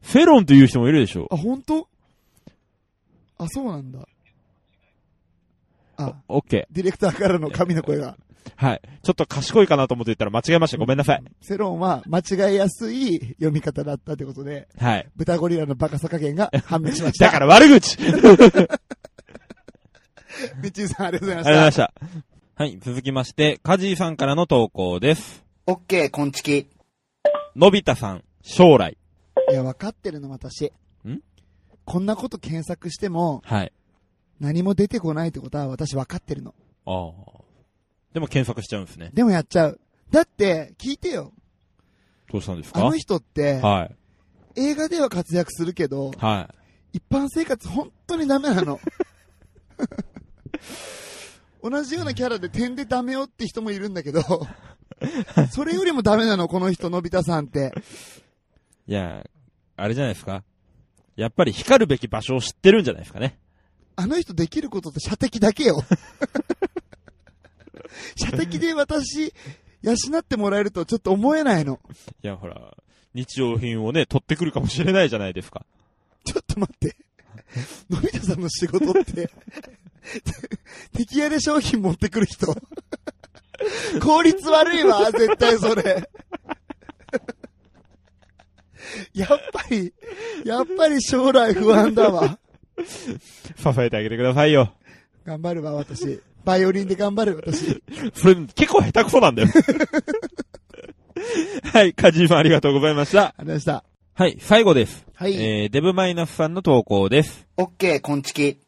Speaker 1: 世論という人もいるでしょ
Speaker 2: あ、本当あ、そうなんだ。あ、
Speaker 1: オッケ
Speaker 2: ディレクターからの神の声 が。
Speaker 1: ー。はい。ちょっと賢いかなと思って言ったら間違えました。ごめんなさい。
Speaker 2: 世論は間違えやすい読み方だったってことで、
Speaker 1: はい。
Speaker 2: 豚ゴリラのバカさ加減が判明しました。
Speaker 1: だから悪口 ありがとう
Speaker 2: みちーさんありがとうご
Speaker 1: ご
Speaker 2: ざ
Speaker 1: ざ
Speaker 2: い
Speaker 1: い
Speaker 2: ま
Speaker 1: ま
Speaker 2: し。
Speaker 1: したた。はい。続きまして、カジーさんからの投稿です。
Speaker 5: オッケー、こんちき。
Speaker 1: のび太さん、将来。
Speaker 2: いや、分かってるの私。
Speaker 1: ん
Speaker 2: こんなこと検索しても
Speaker 1: はい。
Speaker 2: 何も出てこないってことは私分かってるの。
Speaker 1: ああ。でも検索しちゃうんですね。
Speaker 2: でもやっちゃう。だって、聞いてよ。
Speaker 1: どうしたんです
Speaker 2: あ
Speaker 1: か
Speaker 2: の人って、
Speaker 1: はい。
Speaker 2: 映画では活躍するけど、
Speaker 1: はい。
Speaker 2: 一般生活本当にダメ なの。同じようなキャラで点でダメよって人もいるんだけど、それよりもダメなの、この人、のび太さんって。
Speaker 1: いや、あれじゃないですか。やっぱり光るべき場所を知ってるんじゃないですかね。
Speaker 2: あの人できることって射的だけよ。 射的で私、養ってもらえるとちょっと思えないの。
Speaker 1: いや、ほら、日用品をね、取ってくるかもしれないじゃないですか。
Speaker 2: ちょっと待って。のび太さんの仕事って、 敵屋で商品持ってくる人。効率悪いわ、絶対それ。やっぱり、やっぱり将来不安だわ。
Speaker 1: 支えてあげてくださいよ。
Speaker 2: 頑張るわ、私。バイオリンで頑張る、私。
Speaker 1: それ、結構下手くそなんだよ。 はい、カジーさんありがとうございました。
Speaker 2: ありました。
Speaker 1: はい、最後です。
Speaker 2: はい
Speaker 1: えー、デブマイナスさんの投稿です。
Speaker 5: オッケー、こんちき。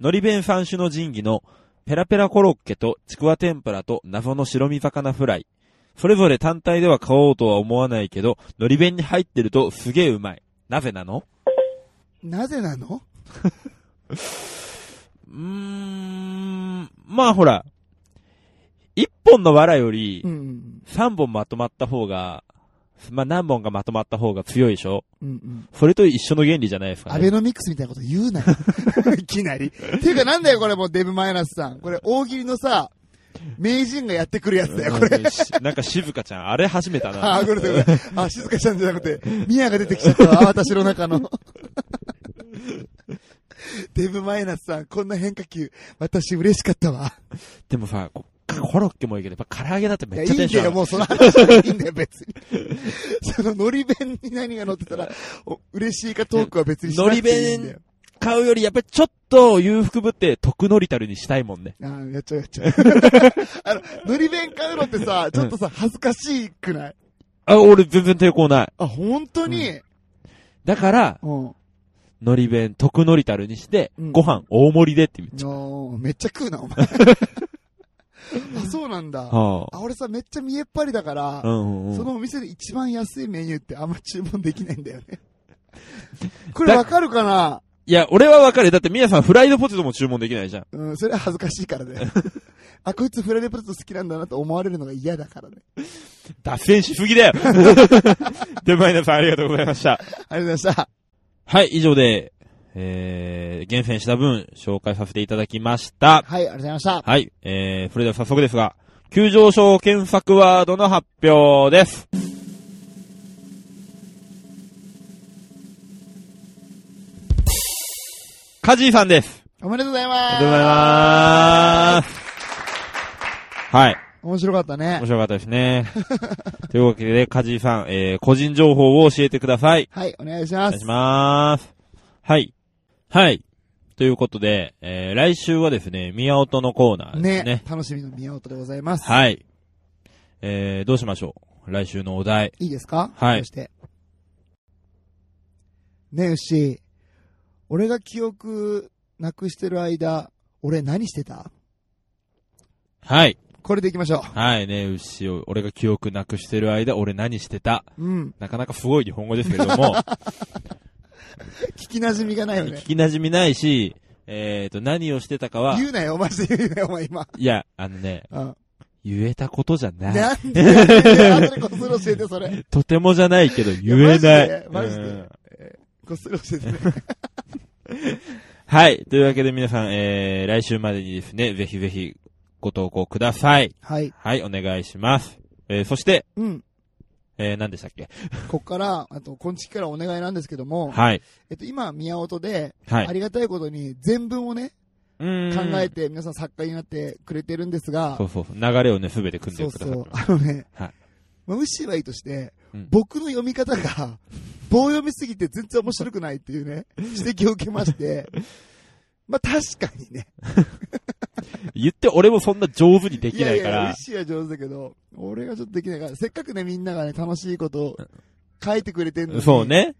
Speaker 1: のり弁三種の神器のペラペラコロッケとちくわ天ぷらと謎の白身魚フライ。それぞれ単体では買おうとは思わないけど、のり弁に入ってるとすげえうまい。なぜなの
Speaker 2: なぜなの
Speaker 1: うーん、まあほら、一本の藁より
Speaker 2: う、ん。
Speaker 1: 三本まとまった方が、まあ何本かまとまった方が強いでしょ
Speaker 2: うんうん。
Speaker 1: それと一緒の原理じゃないですか
Speaker 2: ア
Speaker 1: ね
Speaker 2: ベ。ノミクスみたいなこと言うなよ。 いきなり。っていうかなんだよ、これもうデブマイナスさん。これ大喜利のさ、名人がやってくるやつだよ、これ。
Speaker 1: うんしなんか静香ちゃん、あれ始めた
Speaker 2: あ
Speaker 1: な
Speaker 2: ー、。ごめんなさい。あ、静かちゃんじゃなくて、ミヤが出てきちゃったわ、私の 中の。デブマイナスさん、こんな変化球、私嬉しかったわ。
Speaker 1: でもさ、こコロッケもいいけど、やっぱ唐揚げだって
Speaker 2: いや、
Speaker 1: めっ
Speaker 2: い
Speaker 1: ちゃ
Speaker 2: い
Speaker 1: テ
Speaker 2: ん
Speaker 1: ンション上が
Speaker 2: だよ、
Speaker 1: る
Speaker 2: もうその話はいいんだよ、別 に。その、のり弁に何が乗ってたら、お嬉しいかトークは別にしなくていいんだよ。
Speaker 1: 買うより、やっぱりちょっと裕福ぶって、徳のりたるにしたいもんね。
Speaker 2: あーやっちゃうやっちゃう。 あの、のり弁買うのってさ、ちょっとさ、恥ずかしくない
Speaker 1: あ、俺全然抵抗ない。
Speaker 2: あ、本当に
Speaker 1: だから、
Speaker 2: うん。
Speaker 1: のり弁、徳のりたるにして、
Speaker 2: うん
Speaker 1: ご飯大盛りでって言っちゃ
Speaker 2: おーめっちゃ食うな、お 前。あ、そうなんだ。
Speaker 1: う。は
Speaker 2: あ、俺さ、めっちゃ見えっぱりだから
Speaker 1: あ、うんうんうん
Speaker 2: そのお店で一番安いメニューってあんま注文できないんだよ ね。これわかるかない
Speaker 1: や、俺はわかるよ。だって、みやさん、フライドポテトも注文できないじゃん。
Speaker 2: うん、それは恥ずかしいからね。あ、こいつフライドポテト好きなんだなと思われるのが嫌だからね。
Speaker 1: 脱線しすぎだ よ。で、マイナさん、ありがとうございました。
Speaker 2: ありがとうございました。
Speaker 1: はい、以上で、えー、厳選した分、紹介させていただきました。
Speaker 2: はい、ありがとうございました。
Speaker 1: はい、えー、それでは早速ですが、急上昇検索ワードの発表です。カジーさんです。
Speaker 2: おめでとうございます。
Speaker 1: ありがとうございます。はい。
Speaker 2: 面白かったね
Speaker 1: 面。白かったです ね。というわけで、カジーさん、えー、個人情報を教えてください。
Speaker 2: はい、お願いし
Speaker 1: お
Speaker 2: ま
Speaker 1: 願い
Speaker 2: す
Speaker 1: し。ます。はい。はい。ということで、えー、来週はですね、宮音のコーナーです
Speaker 2: ね
Speaker 1: ね
Speaker 2: 楽しみの宮本でございます。
Speaker 1: はい。えー、どうしましょう来週のお題。
Speaker 2: いいですか
Speaker 1: はい
Speaker 2: そして。ねえ、牛。俺が記憶なくしてる間、俺何してた
Speaker 1: はい。
Speaker 2: これでいきましょ
Speaker 1: はいね、牛を、俺が記憶なくしてる間、俺何してた
Speaker 2: う。うん。
Speaker 1: なかなかすごい日本語ですけれど も、
Speaker 2: 聞き馴染みがないよね
Speaker 1: 聞。き馴染みないし、えっ、ー、と、何をしてたかは、
Speaker 2: 言うなよ、マジで言うなよ、お前今。
Speaker 1: いや、あのね、
Speaker 2: うん。
Speaker 1: 言えたことじゃない。
Speaker 2: なんで やってんだよ、後でこっそり教えて、それ。
Speaker 1: とてもじゃないけど言えない
Speaker 2: い。やマジでマジで
Speaker 1: うん
Speaker 2: こっそり教えてね。
Speaker 1: はい。というわけで皆さん、えー、来週までにですね、ぜひぜひご投稿ください。
Speaker 2: はい。
Speaker 1: はい、お願いします。えー、そして、
Speaker 2: うん。
Speaker 1: えー、何でしたっけ
Speaker 2: こっから、あと、こんちきからお願いなんですけども、
Speaker 1: はい。
Speaker 2: えっと、今、宮本で、
Speaker 1: はい。
Speaker 2: ありがたいことに、全文をね、
Speaker 1: 考
Speaker 2: 考えて、皆さん作家になってくれてるんですが
Speaker 1: そ、うそうそう。流れをね、すべて組んで
Speaker 2: そう
Speaker 1: くださ
Speaker 2: そ
Speaker 1: っ
Speaker 2: う
Speaker 1: て。ま
Speaker 2: あ
Speaker 1: す。
Speaker 2: のね、
Speaker 1: はい
Speaker 2: まあ、ウッシーはいいとして、
Speaker 1: うん
Speaker 2: 僕の読み方が、棒読みすぎて全然面白くないってい うね、指摘を受けまして、まあ確かにね。
Speaker 1: 言って俺もそんな上手にで
Speaker 2: い
Speaker 1: き
Speaker 2: や
Speaker 1: ないいから。
Speaker 2: や、ウッシーは上手だけど、俺がちょっとできないから、せっかくね、みんながね、楽しいことを書いてくれてるのに、
Speaker 1: そう。ね。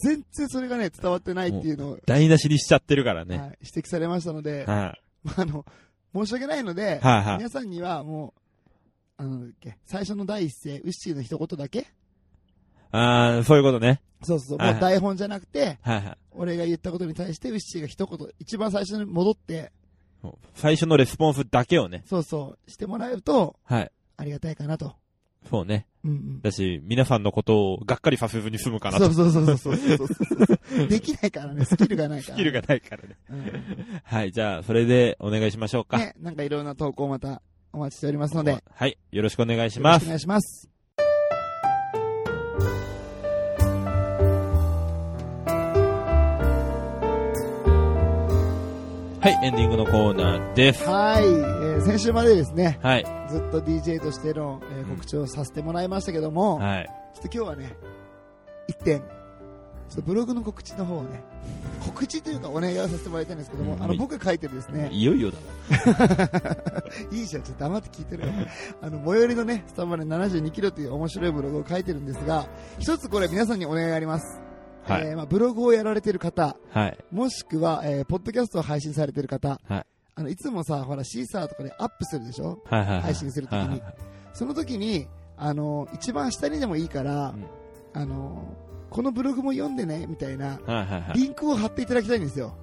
Speaker 2: 全然それがね、伝わってないっていうのを、
Speaker 1: 台無しにしちゃってるから
Speaker 2: は
Speaker 1: ね。
Speaker 2: い指摘されましたので、
Speaker 1: は
Speaker 2: まあ、あの、申し訳ないので
Speaker 1: い。、はいはい。
Speaker 2: 皆さんにはもう、あの、なんだっけ最初の第一声、ウッシーの一言だけ
Speaker 1: あー、そういうことね。
Speaker 2: そうそう、
Speaker 1: はいは
Speaker 2: もう
Speaker 1: い
Speaker 2: 台本じゃなくて、
Speaker 1: はいはい。
Speaker 2: 俺が言ったことに対して、ウッシーが一言、一番最初に戻って、
Speaker 1: 最初のレスポンスだけをね。
Speaker 2: そうそう、してもらえると、
Speaker 1: はい。
Speaker 2: ありがたいかなと。
Speaker 1: そうね。
Speaker 2: うんうん。
Speaker 1: だし、皆さんのことをがっかりさせずに済むかな
Speaker 2: そ
Speaker 1: と。
Speaker 2: うそうそうそうそうそうそう。できないからね、スキルがないから。
Speaker 1: スキルがないからね。
Speaker 2: うん
Speaker 1: はい。じゃあ、それでお願いしましょうか。
Speaker 2: ね、なんかいろんな投稿またお待ちしておりますので、よ
Speaker 1: はい。よろしくお願いし
Speaker 2: ろ
Speaker 1: ま
Speaker 2: しくお
Speaker 1: す。
Speaker 2: 願いします。
Speaker 1: はい、エンディングのコーナーです。
Speaker 2: はい、えー先週までですね、
Speaker 1: はい、
Speaker 2: ずっと DJ としての、えー告知をさせてもらいましたけども、
Speaker 1: はい。
Speaker 2: ちょっと今日はね、一点、ちょっとブログの告知の方をね、告知というかお願いをさせてもらいたいんですけど
Speaker 1: う
Speaker 2: も、
Speaker 1: ん
Speaker 2: あの僕が書いてるですね、
Speaker 1: いよいよだ
Speaker 2: いいじゃん、ちょっと黙って聞いてるよ。あの、最寄りのね、スタバで72キロという面白いブログを書いてるんですが、一つこれ皆さんにお願いがあります。
Speaker 1: な。はい
Speaker 2: え、ーまあ、ブログをやられてる方、
Speaker 1: はい、
Speaker 2: もしくは、えーポッドキャストを配信されてる方、
Speaker 1: はい
Speaker 2: あのいつもさ、ほら、シーサーとかでアップするでしょ
Speaker 1: はい、はい。
Speaker 2: 配信するときに
Speaker 1: はいはいはい
Speaker 2: その時に、あの一番下にでもいいから、
Speaker 1: うん
Speaker 2: あのこのブログも読んでね、みたいな、
Speaker 1: はいはいはい。
Speaker 2: リンクを貼っていただきたいんですよ。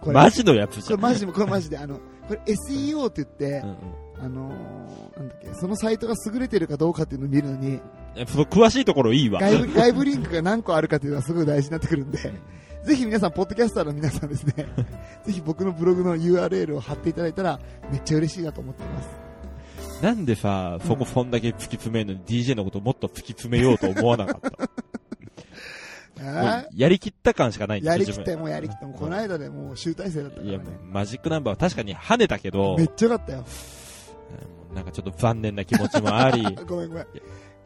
Speaker 2: これ、
Speaker 1: マジのやつ
Speaker 2: こ
Speaker 1: じゃ
Speaker 2: れ
Speaker 1: ん。
Speaker 2: マジで、これマジで、あの、これ SEO って言って、
Speaker 1: うんうん
Speaker 2: あのなんだっけ、そのサイトが優れてるかどうかっていうのを見るのに、
Speaker 1: えその詳しいところいいわ。
Speaker 2: 外部、外部リンクが何個あるかっていうのはすごい大事になってくるんで、ぜひ皆さん、ポッドキャスターの皆さん ですね、ぜひ僕のブログの URL を貼っていただいたら、めっちゃ嬉しいなと思ってます。
Speaker 1: なんでさ、そこそんだけ突き詰めるのに DJ のこともっと突き詰めようと思わなかった。もう
Speaker 2: あ
Speaker 1: やりきった感しかないん
Speaker 2: ー
Speaker 1: だ
Speaker 2: や
Speaker 1: よ
Speaker 2: りきった
Speaker 1: 自
Speaker 2: よ、もうやりきった。もうこの間でもう集大成だったか
Speaker 1: 分
Speaker 2: ら、
Speaker 1: いや、
Speaker 2: ね
Speaker 1: も。うマジックナンバーは確かに跳ねたけど
Speaker 2: め、っちゃよかったよ。
Speaker 1: うんなんかちょっと残念な気持ちも あり、
Speaker 2: あごめんごめん。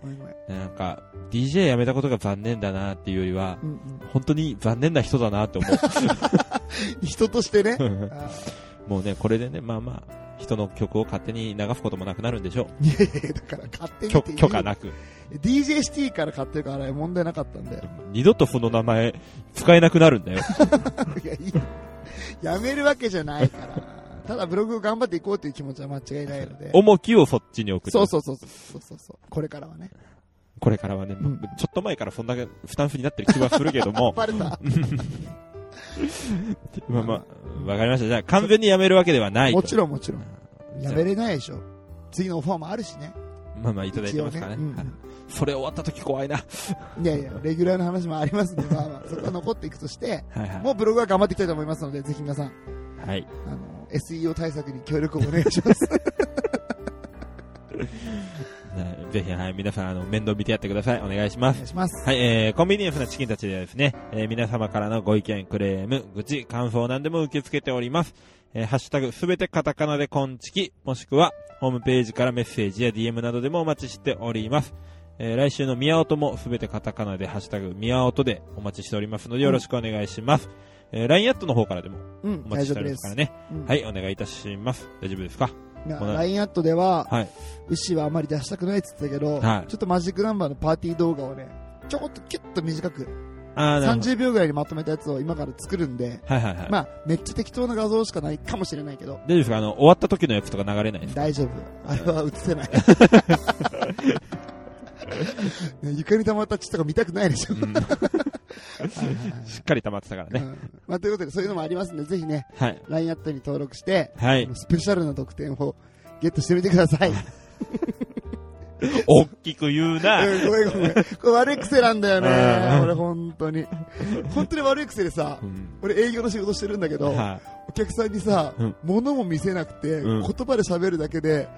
Speaker 2: ごめんごめん。
Speaker 1: なんか、DJ 辞めたことが残念だなっていうよりは
Speaker 2: う、んうん、
Speaker 1: 本当に残念な人だなって思
Speaker 2: 人とし てね。。
Speaker 1: う
Speaker 2: あー
Speaker 1: もうね、これでね、まあまあ、人の曲を勝手に流すこともなくなるんでしょ
Speaker 2: いやいやいやだから勝手
Speaker 1: う。
Speaker 2: に
Speaker 1: 許
Speaker 2: っていい
Speaker 1: 許可なく。
Speaker 2: DJ シティから買ってるからあれ問題なかったんで。
Speaker 1: 二度とその名前、使えなくなるんだよ。
Speaker 2: いや、いい。やめるわけじゃないから。ただブログを頑張っていこうという気持ちは間違いないので。
Speaker 1: 重きをそっちに置く。
Speaker 2: そうそうそうそうそうそうそう。これからはね。
Speaker 1: これからはね、
Speaker 2: ん
Speaker 1: ちょっと前からそんだけ負担不になってる気はするけど も、
Speaker 2: バレた。
Speaker 1: まあまあ、わかりました。じゃあ、完全にやめるわけではないと。
Speaker 2: もちろんもちろん。
Speaker 1: じゃ
Speaker 2: や
Speaker 1: あ
Speaker 2: めれないでしょ。次のオファーもあるしね。
Speaker 1: まあまあ、いただいてますから
Speaker 2: 一応
Speaker 1: ね。
Speaker 2: ねうん
Speaker 1: はいそれ終わった時怖いな。
Speaker 2: いやいや、レギュラーの話もありますんで、まあまあ、そこは残っていくとして、
Speaker 1: はいは
Speaker 2: もうブログは頑張っていきたいと思いますので、ぜひ皆さん、
Speaker 1: い。はい。
Speaker 2: あの、SEO 対策に協力をお願いし ます。
Speaker 1: はいぜひ、はい、皆さん、あの、面倒見てやってください。お願いしま
Speaker 2: お
Speaker 1: す
Speaker 2: 願い。します。
Speaker 1: はい、えー、コンビニエンスなチキンたちではですね、えー皆様からのご意見、クレーム、愚痴、感想なんでも受け付けております。えーハッシュタグ、すべてカタカナでコンチキ、もしくは、ホームページからメッセージや DM などでもお待ちしております。えー来週の宮音もすべてカタカナで、ハッシュタグ、宮音でお待ちしておりますので、よろしくお願いします。えー、LINE アットの方からでも
Speaker 2: うん
Speaker 1: お、待
Speaker 2: 大
Speaker 1: ちしてお
Speaker 2: 丈夫
Speaker 1: り
Speaker 2: で
Speaker 1: ますから
Speaker 2: す。
Speaker 1: ね。
Speaker 2: うん
Speaker 1: はい、お願いいたします。大丈夫ですか
Speaker 2: な
Speaker 1: この
Speaker 2: LINE アットでは、
Speaker 1: はい。
Speaker 2: 牛はあまり出したくないって言ってたけど、
Speaker 1: はい
Speaker 2: ちょっとマジックナンバーのパーティー動画をね、ちょこっとキュッと短く、
Speaker 1: あー、なるほど。
Speaker 2: 30秒ぐらいにまとめたやつを今から作るんで、
Speaker 1: はいはいはい。
Speaker 2: まあ、めっちゃ適当な画像しかないかもしれないけど、
Speaker 1: 大丈夫ですかあの、終わった時のやつとか流れないですか
Speaker 2: 大丈夫。あれは映 せない。ね床に溜まった血とか見たくないでしょ。
Speaker 1: うんしっかり溜まってたから
Speaker 2: う
Speaker 1: ね。
Speaker 2: ん まあ、ということで、そういうのもありますんで、ぜひね、
Speaker 1: はい。
Speaker 2: LINE アットに登録して、
Speaker 1: はい。
Speaker 2: スペシャルな特典をゲットしてみてください。
Speaker 1: 大きく言うな。
Speaker 2: うんごめんごめん。これ悪い癖なんだよね
Speaker 1: うん。
Speaker 2: 俺本当に。本当に悪い癖でさ
Speaker 1: う、ん
Speaker 2: 俺営業の仕事してるんだけど、
Speaker 1: は
Speaker 2: お客さんにさ
Speaker 1: うん、
Speaker 2: 物も見せなくて、
Speaker 1: う
Speaker 2: 言
Speaker 1: ん
Speaker 2: 葉で喋るだけで、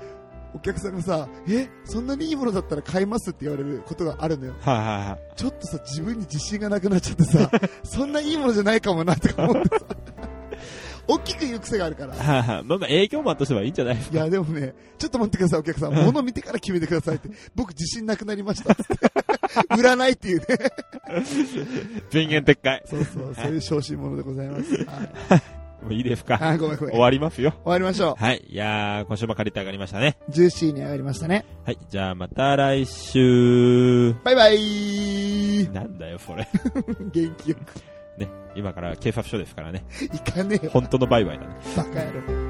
Speaker 2: お客さんがさ、え、そんなにいいものだったら買いますって言われることがあるのよ。
Speaker 1: いはいはいは
Speaker 2: ちょっとさ、自分に自信がなくなっちゃっ てさ、そんないいものじゃないかもなとか思ってさ、大きく言う癖があるから
Speaker 1: い。。はいはい。まあまあ、営業マンとしてはいいんじゃないです
Speaker 2: いや、でもね、ちょっと待ってください、お客さん。物見てから決めてくださいって。僕自信なくなりましたっつって。 売らないっていうね。
Speaker 1: 全言撤回。
Speaker 2: そうそう、そういう小心者でございます。はい
Speaker 1: もういいですか
Speaker 2: あ、ごめんご
Speaker 1: 終
Speaker 2: めん。終
Speaker 1: わりますよ。
Speaker 2: わりましょ
Speaker 1: はい。いやー、今週も借りて上がりましたね。
Speaker 2: う。ジューシーに上がりましたね。
Speaker 1: はい。じゃあ、また来週。
Speaker 2: バイ バイ
Speaker 1: なんだよ、それ。
Speaker 2: 元気よく。
Speaker 1: ね。今から警察署ですからね。
Speaker 2: いかねえよ。
Speaker 1: 本当のバイバイだね。
Speaker 2: バカ野郎。